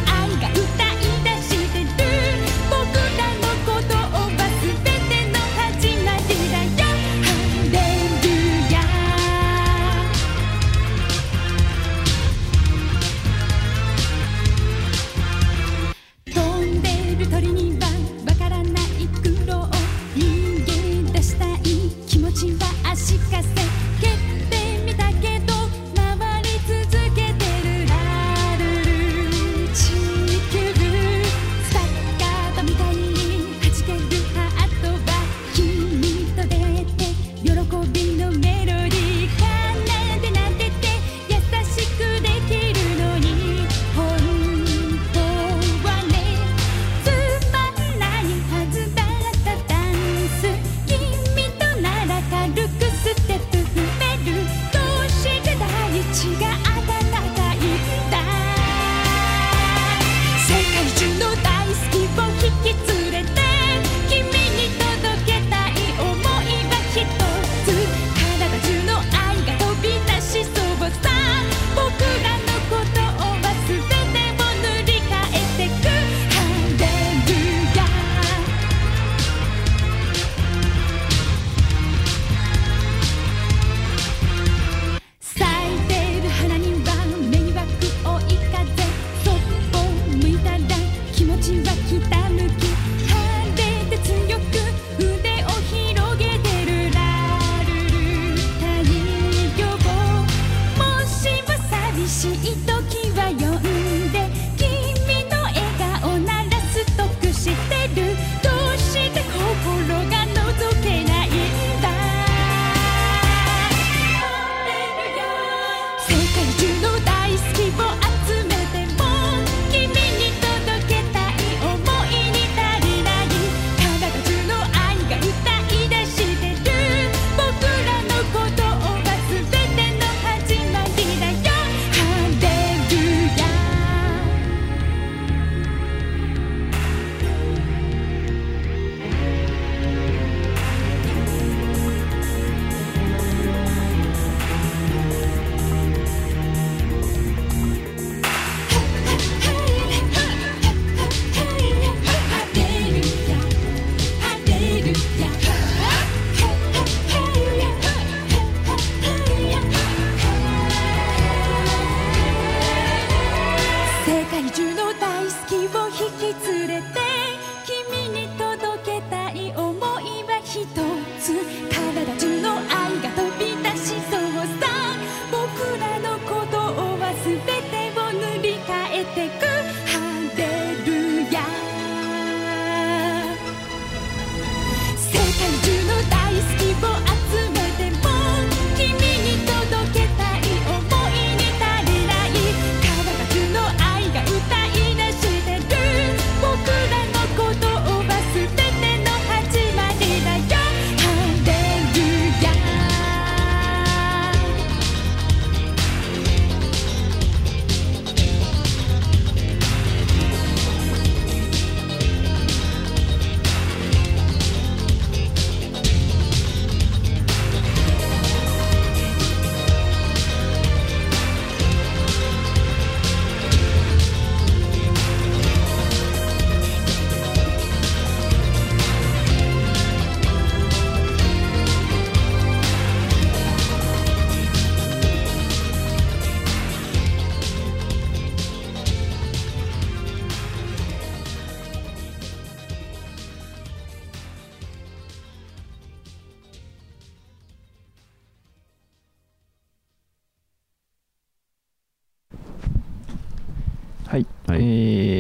[SPEAKER 3] はい、
[SPEAKER 4] はい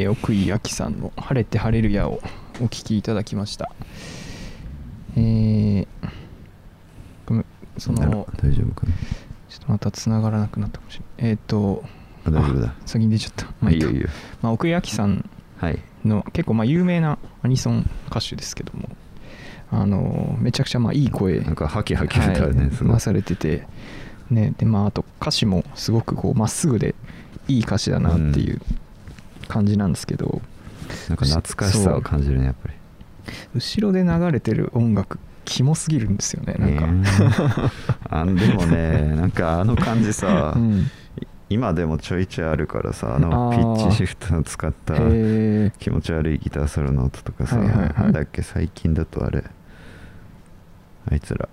[SPEAKER 3] えー奥井亜紀さんの「晴れて晴れるや」をお聞きいただきましたえー、ごめんそ
[SPEAKER 4] なら
[SPEAKER 3] の
[SPEAKER 4] 大丈夫かな
[SPEAKER 3] ちょっとまた繋がらなくなったかもしれないえっ、と
[SPEAKER 4] あ大丈夫だ
[SPEAKER 3] あ先に出ちゃった、
[SPEAKER 4] は
[SPEAKER 3] まあ
[SPEAKER 4] いいいよいいよ
[SPEAKER 3] まあ、奥井亜紀さん
[SPEAKER 4] はい
[SPEAKER 3] の結構まあ有名なアニソン歌手ですけどもあのめちゃくちゃまあいい声
[SPEAKER 4] なんかハキハキ歌うね、
[SPEAKER 3] はい
[SPEAKER 4] すごい
[SPEAKER 3] 出されてて、ねでまあ、あと歌詞もすごくこうまっすぐでいい歌詞だなっていう感じなんですけど、
[SPEAKER 4] なんか懐かしさを感じるねやっぱり
[SPEAKER 3] 後ろで流れてる音楽キモすぎるんですよねなんか、
[SPEAKER 4] ね えあでもねなんかあの感じさ、
[SPEAKER 3] うん
[SPEAKER 4] い今でもちょいちょいあるからさあのピッチシフトを使った
[SPEAKER 3] へえ
[SPEAKER 4] 気持ち悪いギターソロの音とかさ、
[SPEAKER 3] はいはいはい
[SPEAKER 4] なんだっけ最近だとあれあいつら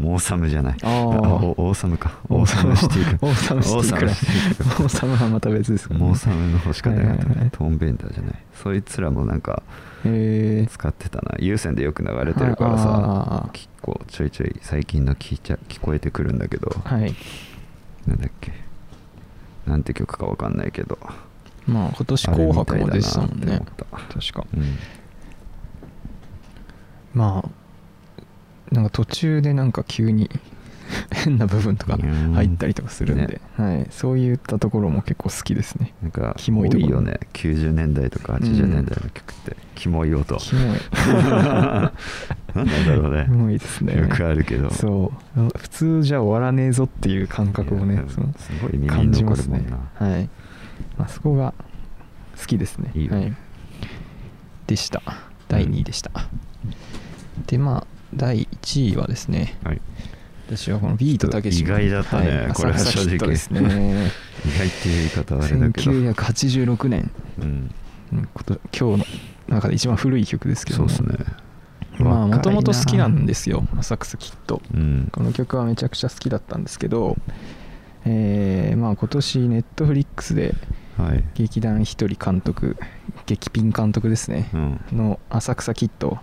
[SPEAKER 4] モーサムじゃない
[SPEAKER 3] あ
[SPEAKER 4] あ
[SPEAKER 3] ー
[SPEAKER 4] おオーサムかオーサムシティか
[SPEAKER 3] オーサムシティくらい
[SPEAKER 4] オーサムシティか
[SPEAKER 3] 王様はまた別です
[SPEAKER 4] モーサムの欲しかったなと
[SPEAKER 3] はいはいはい
[SPEAKER 4] トーンベンダーじゃないそいつらもなんか
[SPEAKER 3] へえ
[SPEAKER 4] 使ってたな有線でよく流れてるから
[SPEAKER 3] あ
[SPEAKER 4] さ
[SPEAKER 3] ー
[SPEAKER 4] 結構ちょいちょい最近の聞いちゃ聞こえてくるんだけど、
[SPEAKER 3] はい
[SPEAKER 4] なんだっけなんて曲かわかんないけど
[SPEAKER 3] まあ今年「紅白」も出てたもん
[SPEAKER 4] あれ
[SPEAKER 3] ね
[SPEAKER 4] みたいだなって思った
[SPEAKER 3] 確か
[SPEAKER 4] うん
[SPEAKER 3] まあなんか途中でなんか急に 変な部分とか入ったりとかするんで、はい、そういったところも結構好きですね
[SPEAKER 4] なんか
[SPEAKER 3] キモいと
[SPEAKER 4] 多
[SPEAKER 3] こ
[SPEAKER 4] いよね90年代とか80年代の曲って、キモい音
[SPEAKER 3] キモい
[SPEAKER 4] なんだろうね
[SPEAKER 3] キモいですね
[SPEAKER 4] よくあるけど
[SPEAKER 3] そう普通じゃ終わらねえぞっていう感覚を
[SPEAKER 4] い
[SPEAKER 3] ね
[SPEAKER 4] や
[SPEAKER 3] その
[SPEAKER 4] すごい耳に
[SPEAKER 3] 感じます
[SPEAKER 4] 残
[SPEAKER 3] ね
[SPEAKER 4] るもん
[SPEAKER 3] はい、まあ、そこが好きですね
[SPEAKER 4] いいよ
[SPEAKER 3] はい、でした第2位でした、でまあ第1位はですね
[SPEAKER 4] はい、
[SPEAKER 3] 私はこのビートたけし
[SPEAKER 4] 意外だったね
[SPEAKER 3] い
[SPEAKER 4] これは
[SPEAKER 3] 浅
[SPEAKER 4] 正
[SPEAKER 3] 草
[SPEAKER 4] 直
[SPEAKER 3] キッドです ね
[SPEAKER 4] 意外っていう言い方はあれだけど、
[SPEAKER 3] 1986年
[SPEAKER 4] うん、
[SPEAKER 3] うんこと今日の中で一番古い曲ですけど
[SPEAKER 4] そう
[SPEAKER 3] も
[SPEAKER 4] ですね
[SPEAKER 3] まあもともと
[SPEAKER 4] 若い
[SPEAKER 3] 好きなんですよ浅草キッド
[SPEAKER 4] うん
[SPEAKER 3] この曲はめちゃくちゃ好きだったんですけど、えーまあ、今年ネットフリックスで
[SPEAKER 4] はい
[SPEAKER 3] 劇団ひとり監督劇ピン監督ですね
[SPEAKER 4] う、ん
[SPEAKER 3] の「浅草キッド」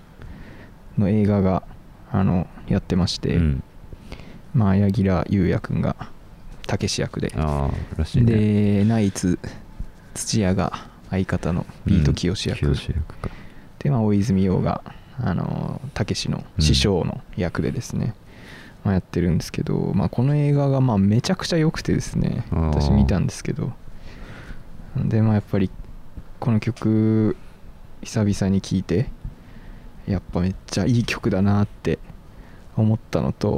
[SPEAKER 3] の映画があのやってまして、
[SPEAKER 4] うん、
[SPEAKER 3] まあ、柳楽優弥君がたけし役で、
[SPEAKER 4] ああらしいね
[SPEAKER 3] でナイツ土屋が相方のビート清志役、
[SPEAKER 4] うん清役か
[SPEAKER 3] で、まあ、大泉洋があのたけしの師匠の役でですね、まあ、やってるんですけど、まあ、この映画がまあめちゃくちゃ良くてですね
[SPEAKER 4] あー
[SPEAKER 3] 私見たんですけどでまあやっぱりこの曲久々に聴いてやっぱめっちゃいい曲だなって思ったのと、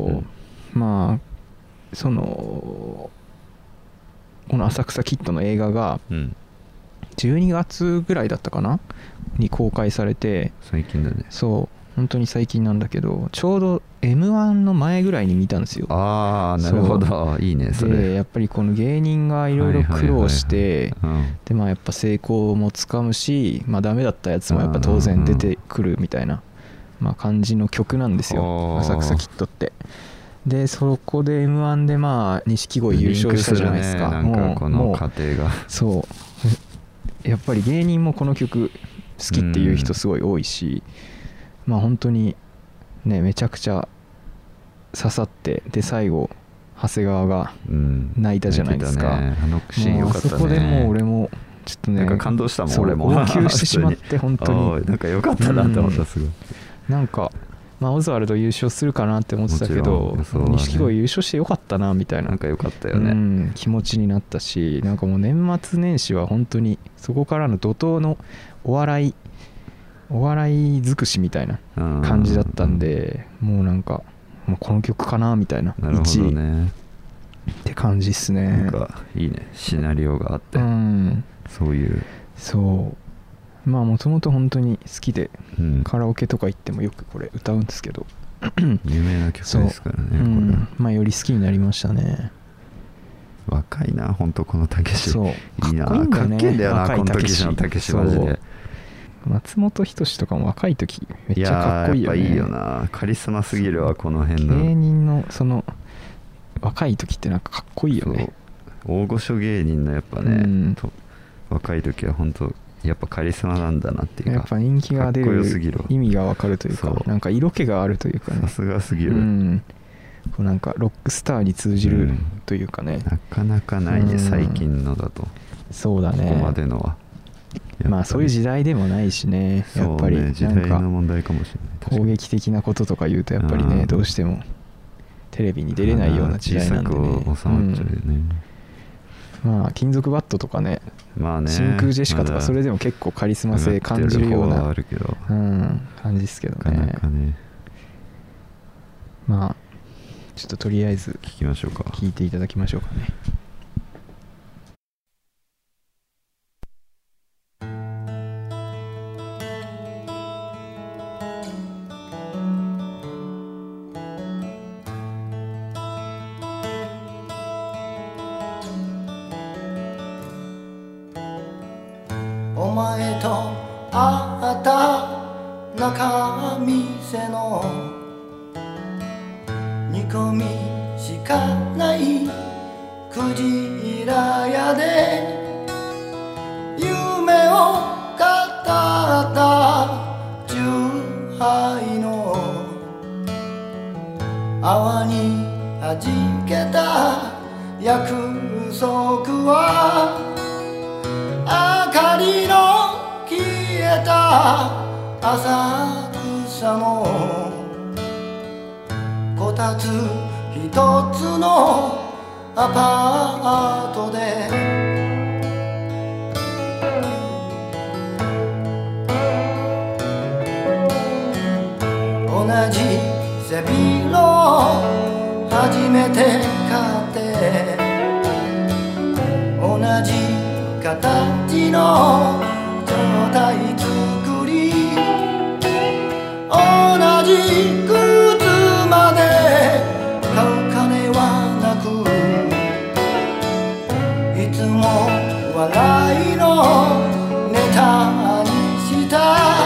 [SPEAKER 4] うん
[SPEAKER 3] まあそのこの「浅草キッド」の映画が
[SPEAKER 4] うん
[SPEAKER 3] 12月ぐらいだったかなに公開されて
[SPEAKER 4] 最近だね
[SPEAKER 3] そう本当に最近なんだけどちょうど m 1の前ぐらいに見たんですよ
[SPEAKER 4] ああなるほどいいねそ
[SPEAKER 3] で
[SPEAKER 4] れ
[SPEAKER 3] やっぱりこの芸人がいろいろ苦労して
[SPEAKER 4] はいはいはいはいうん
[SPEAKER 3] でまあやっぱ成功もつかむしまあダメだったやつもやっぱ当然出てくるみたいな、まあ、感じの曲なんですよ
[SPEAKER 4] あー
[SPEAKER 3] 浅草キッドってでそこで m 1でまあ錦鯉優勝したじゃないですか
[SPEAKER 4] リンクするねなんかこの
[SPEAKER 3] もう
[SPEAKER 4] 過程 が
[SPEAKER 3] そうやっぱり芸人もこの曲好きっていう人すごい多いし、まあ本当にねめちゃくちゃ刺さってで最後長谷川が
[SPEAKER 4] うん
[SPEAKER 3] 泣いたじゃないですか
[SPEAKER 4] 泣いてたねあのシーンよ
[SPEAKER 3] もう
[SPEAKER 4] かったね
[SPEAKER 3] そこでもう俺もちょっとね
[SPEAKER 4] なんか感動したもん
[SPEAKER 3] そう
[SPEAKER 4] 俺も
[SPEAKER 3] 号泣してし まって本当に
[SPEAKER 4] おいなんか良かったなって思っ
[SPEAKER 3] う
[SPEAKER 4] た
[SPEAKER 3] ん
[SPEAKER 4] すごい
[SPEAKER 3] なんか、まあ、オズワルド優勝するかなって思ってたけど
[SPEAKER 4] もちろんそうだね
[SPEAKER 3] 錦鯉、優勝してよかったなみたいな
[SPEAKER 4] なんか良かったよね
[SPEAKER 3] うん、気持ちになったしなんかもう年末年始は本当にそこからの怒涛のお笑いお笑い尽くしみたいな
[SPEAKER 4] うん
[SPEAKER 3] 感じだったんで、もうなんかもうこの曲かなみたいな
[SPEAKER 4] なるほど
[SPEAKER 3] 1
[SPEAKER 4] ね
[SPEAKER 3] 位って感じっすね
[SPEAKER 4] なんかいいねシナリオがあって
[SPEAKER 3] うん
[SPEAKER 4] そういう
[SPEAKER 3] そうまあもともと本当に好きで
[SPEAKER 4] うん
[SPEAKER 3] カラオケとか行ってもよくこれ歌うんですけど
[SPEAKER 4] 有名な曲ですから
[SPEAKER 3] う
[SPEAKER 4] ねこ
[SPEAKER 3] んまあより好きになりましたね
[SPEAKER 4] れ若いな本当このたけし
[SPEAKER 3] そう
[SPEAKER 4] いいな
[SPEAKER 3] かっこいいんだよ
[SPEAKER 4] か
[SPEAKER 3] ね
[SPEAKER 4] っけえんだよな
[SPEAKER 3] 若い
[SPEAKER 4] この
[SPEAKER 3] たけし
[SPEAKER 4] 時のたけしマジ
[SPEAKER 3] そう
[SPEAKER 4] で
[SPEAKER 3] 松本人志とかも若い時めっ
[SPEAKER 4] い
[SPEAKER 3] ちゃか
[SPEAKER 4] やー
[SPEAKER 3] っこいい
[SPEAKER 4] やっぱ
[SPEAKER 3] よね
[SPEAKER 4] いいよなカリスマすぎるわこの辺の
[SPEAKER 3] 芸人のその若い時ってなんかかっこいいよね
[SPEAKER 4] そう大御所芸人のやっぱね、
[SPEAKER 3] うん
[SPEAKER 4] と若い時は本当やっぱカリスマなんだなっていうか
[SPEAKER 3] やっぱ人気が出
[SPEAKER 4] かっこよすぎる
[SPEAKER 3] る
[SPEAKER 4] わ
[SPEAKER 3] 意味がわかるというか
[SPEAKER 4] そう
[SPEAKER 3] なんか色気があるというかね
[SPEAKER 4] さすがすぎ
[SPEAKER 3] う
[SPEAKER 4] る、
[SPEAKER 3] んこうなんかロックスターに通じ
[SPEAKER 4] う
[SPEAKER 3] る
[SPEAKER 4] ん
[SPEAKER 3] というかね、
[SPEAKER 4] なかなかないね、
[SPEAKER 3] うん
[SPEAKER 4] 最近のだと
[SPEAKER 3] そうだ
[SPEAKER 4] こ
[SPEAKER 3] ね
[SPEAKER 4] こまでのは、
[SPEAKER 3] まあそういう時代でもないしねやっぱり
[SPEAKER 4] そうね時
[SPEAKER 3] なん
[SPEAKER 4] 代の
[SPEAKER 3] か
[SPEAKER 4] 問題かもしれない
[SPEAKER 3] 攻撃的なこととか言うとやっぱりね
[SPEAKER 4] うん
[SPEAKER 3] どうしてもテレビに出れないような時代なんでね
[SPEAKER 4] あー小さく収まっちゃうよね、
[SPEAKER 3] うんまあ金属バットとかね
[SPEAKER 4] まあね
[SPEAKER 3] 真空ジェシカと
[SPEAKER 4] ま
[SPEAKER 3] か
[SPEAKER 4] だ
[SPEAKER 3] それでも結構カリスマ性感じるよう
[SPEAKER 4] 上が
[SPEAKER 3] な
[SPEAKER 4] ってる方はあるけど、
[SPEAKER 3] うん感じですけど
[SPEAKER 4] なかな
[SPEAKER 3] ね
[SPEAKER 4] かね
[SPEAKER 3] まあちょっととりあえず
[SPEAKER 4] 聞きましょうか
[SPEAKER 3] 聞いていただきましょうかね
[SPEAKER 7] お前と会った中店の煮込みしかないクジラ屋で夢を語った十杯の泡に弾けた約束は明かりの消えた浅草のこたつ一つのアパートで同じ背広を初めて買って同じ形の状態作り同じ靴まで買う金はなくいつも笑いのネタにした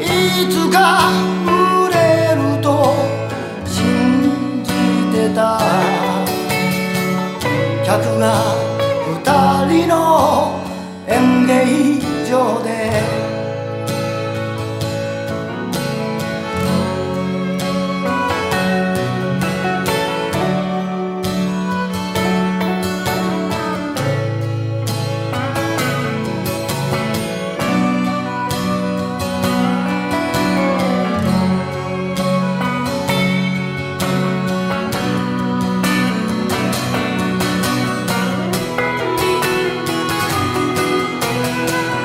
[SPEAKER 7] いつか売れると信じてた客が二人の演芸場で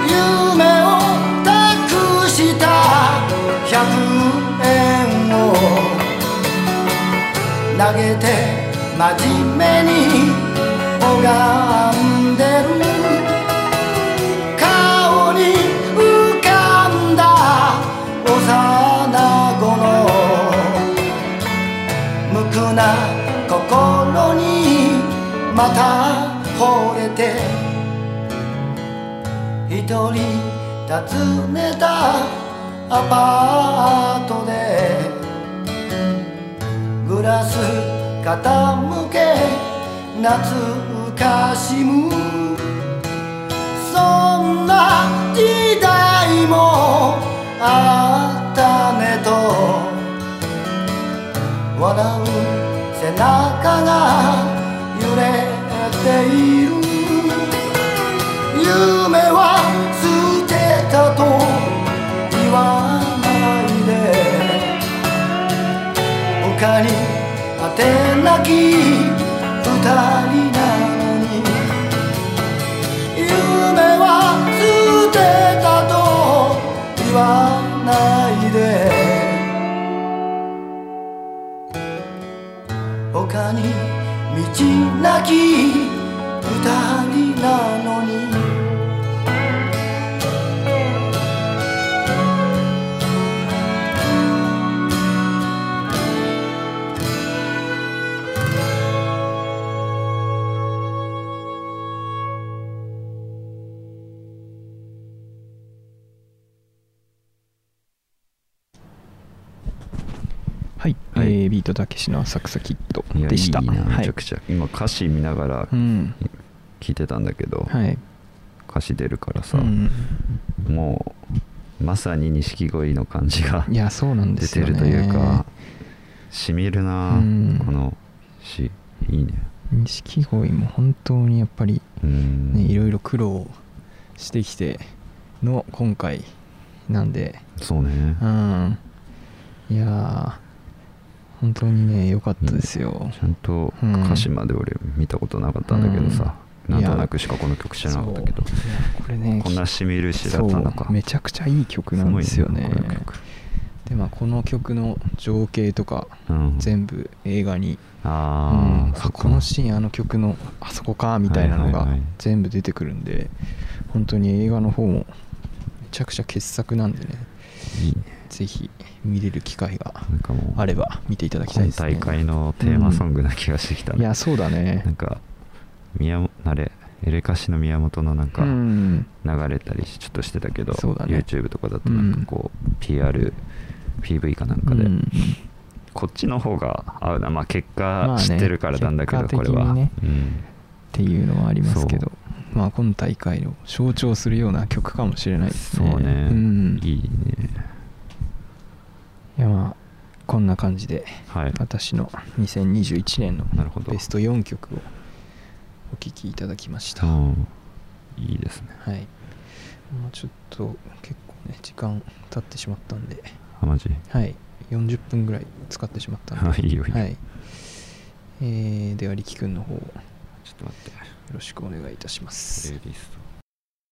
[SPEAKER 7] 夢を託した百円を投げて真面目に拝んでる顔に浮かんだ幼子の無垢な心にまた惚れて一人訪ねたアパートでグラス傾け懐かしむそんな時代もあったねと笑う背中が揺れている夢は捨てたと言わないで他に果てなき二人なのに夢は捨てたと言わないで他に道なき二人なのに
[SPEAKER 3] はい、
[SPEAKER 4] はい
[SPEAKER 3] えービートたけしの浅草キッド
[SPEAKER 4] いや
[SPEAKER 3] でした
[SPEAKER 4] いいな
[SPEAKER 3] は
[SPEAKER 4] めち
[SPEAKER 3] い
[SPEAKER 4] ゃくちゃ、今歌詞見ながら
[SPEAKER 3] うん
[SPEAKER 4] 聞いてたんだけど、
[SPEAKER 3] はい
[SPEAKER 4] 歌詞出るからさ、
[SPEAKER 3] うん
[SPEAKER 4] もうまさに錦鯉の感じが
[SPEAKER 3] いやそうなんで
[SPEAKER 4] 出
[SPEAKER 3] す
[SPEAKER 4] て
[SPEAKER 3] よね
[SPEAKER 4] るというかしみるなあ、
[SPEAKER 3] うん
[SPEAKER 4] この詩いいね
[SPEAKER 3] 錦鯉も本当にやっぱり
[SPEAKER 4] うん
[SPEAKER 3] ねいろいろ苦労してきての今回なんで
[SPEAKER 4] そうね
[SPEAKER 3] うんいやー本当にね良かったですよ
[SPEAKER 4] ち、ゃんと歌詞まで俺見たことなかったんだけどさ、
[SPEAKER 3] うん
[SPEAKER 4] なんとなくしかこの曲知らなかったけど
[SPEAKER 3] そういやこれね
[SPEAKER 4] こんなしみる詩だったのか
[SPEAKER 3] そうめちゃくちゃいい曲なんですよね
[SPEAKER 4] すごいねこの曲
[SPEAKER 3] でまあこの曲の情景とか、
[SPEAKER 4] うん
[SPEAKER 3] 全部映画に、
[SPEAKER 4] あ
[SPEAKER 3] うん
[SPEAKER 4] ーそっか
[SPEAKER 3] このシーンあの曲のあそこかみたいなの
[SPEAKER 4] は
[SPEAKER 3] が
[SPEAKER 4] いはいはい
[SPEAKER 3] 全部出てくるんで、本当に映画の方もめちゃくちゃ傑作なんでね
[SPEAKER 4] いいね
[SPEAKER 3] ぜひ見れる機会が
[SPEAKER 4] なんかもう
[SPEAKER 3] あれば見ていただきたい
[SPEAKER 4] 今
[SPEAKER 3] ですね
[SPEAKER 4] 大会のテーマソングな気がしてきた
[SPEAKER 3] い
[SPEAKER 4] ね、
[SPEAKER 3] やそうだね
[SPEAKER 4] なんか宮本あれエレカシの宮本のなんか
[SPEAKER 3] うん
[SPEAKER 4] 流れたりしちょっとしてたけど、
[SPEAKER 3] そうだね
[SPEAKER 4] YouTube とかだとなんかこう、PRPV かなんかで、
[SPEAKER 3] うん
[SPEAKER 4] こっちの方が合うなまあ結
[SPEAKER 3] まあ
[SPEAKER 4] 果
[SPEAKER 3] ね
[SPEAKER 4] 知ってるからなんだけど、
[SPEAKER 3] 結
[SPEAKER 4] こ
[SPEAKER 3] 果
[SPEAKER 4] れ
[SPEAKER 3] 的に
[SPEAKER 4] は、
[SPEAKER 3] ね
[SPEAKER 4] うん
[SPEAKER 3] っていうのはありますけど
[SPEAKER 4] そ
[SPEAKER 3] まあ今大会を象徴するような曲かもしれないです
[SPEAKER 4] そうね、
[SPEAKER 3] ねん、
[SPEAKER 4] いいね
[SPEAKER 3] いやまあこんな感じで、
[SPEAKER 4] はい
[SPEAKER 3] 私の2021年の
[SPEAKER 4] なるほど
[SPEAKER 3] ベスト4曲をお聴きいただきました、
[SPEAKER 4] うんいいですね
[SPEAKER 3] はいまあちょっと結構ね時間経ってしまったんで
[SPEAKER 4] あマジ
[SPEAKER 3] はい40分ぐらい使ってしまったんで
[SPEAKER 4] いいよいいよ
[SPEAKER 3] はいえーでは力くんの方よ
[SPEAKER 4] ちょっと待って
[SPEAKER 3] ろしくお願いいたします
[SPEAKER 4] プレイリスト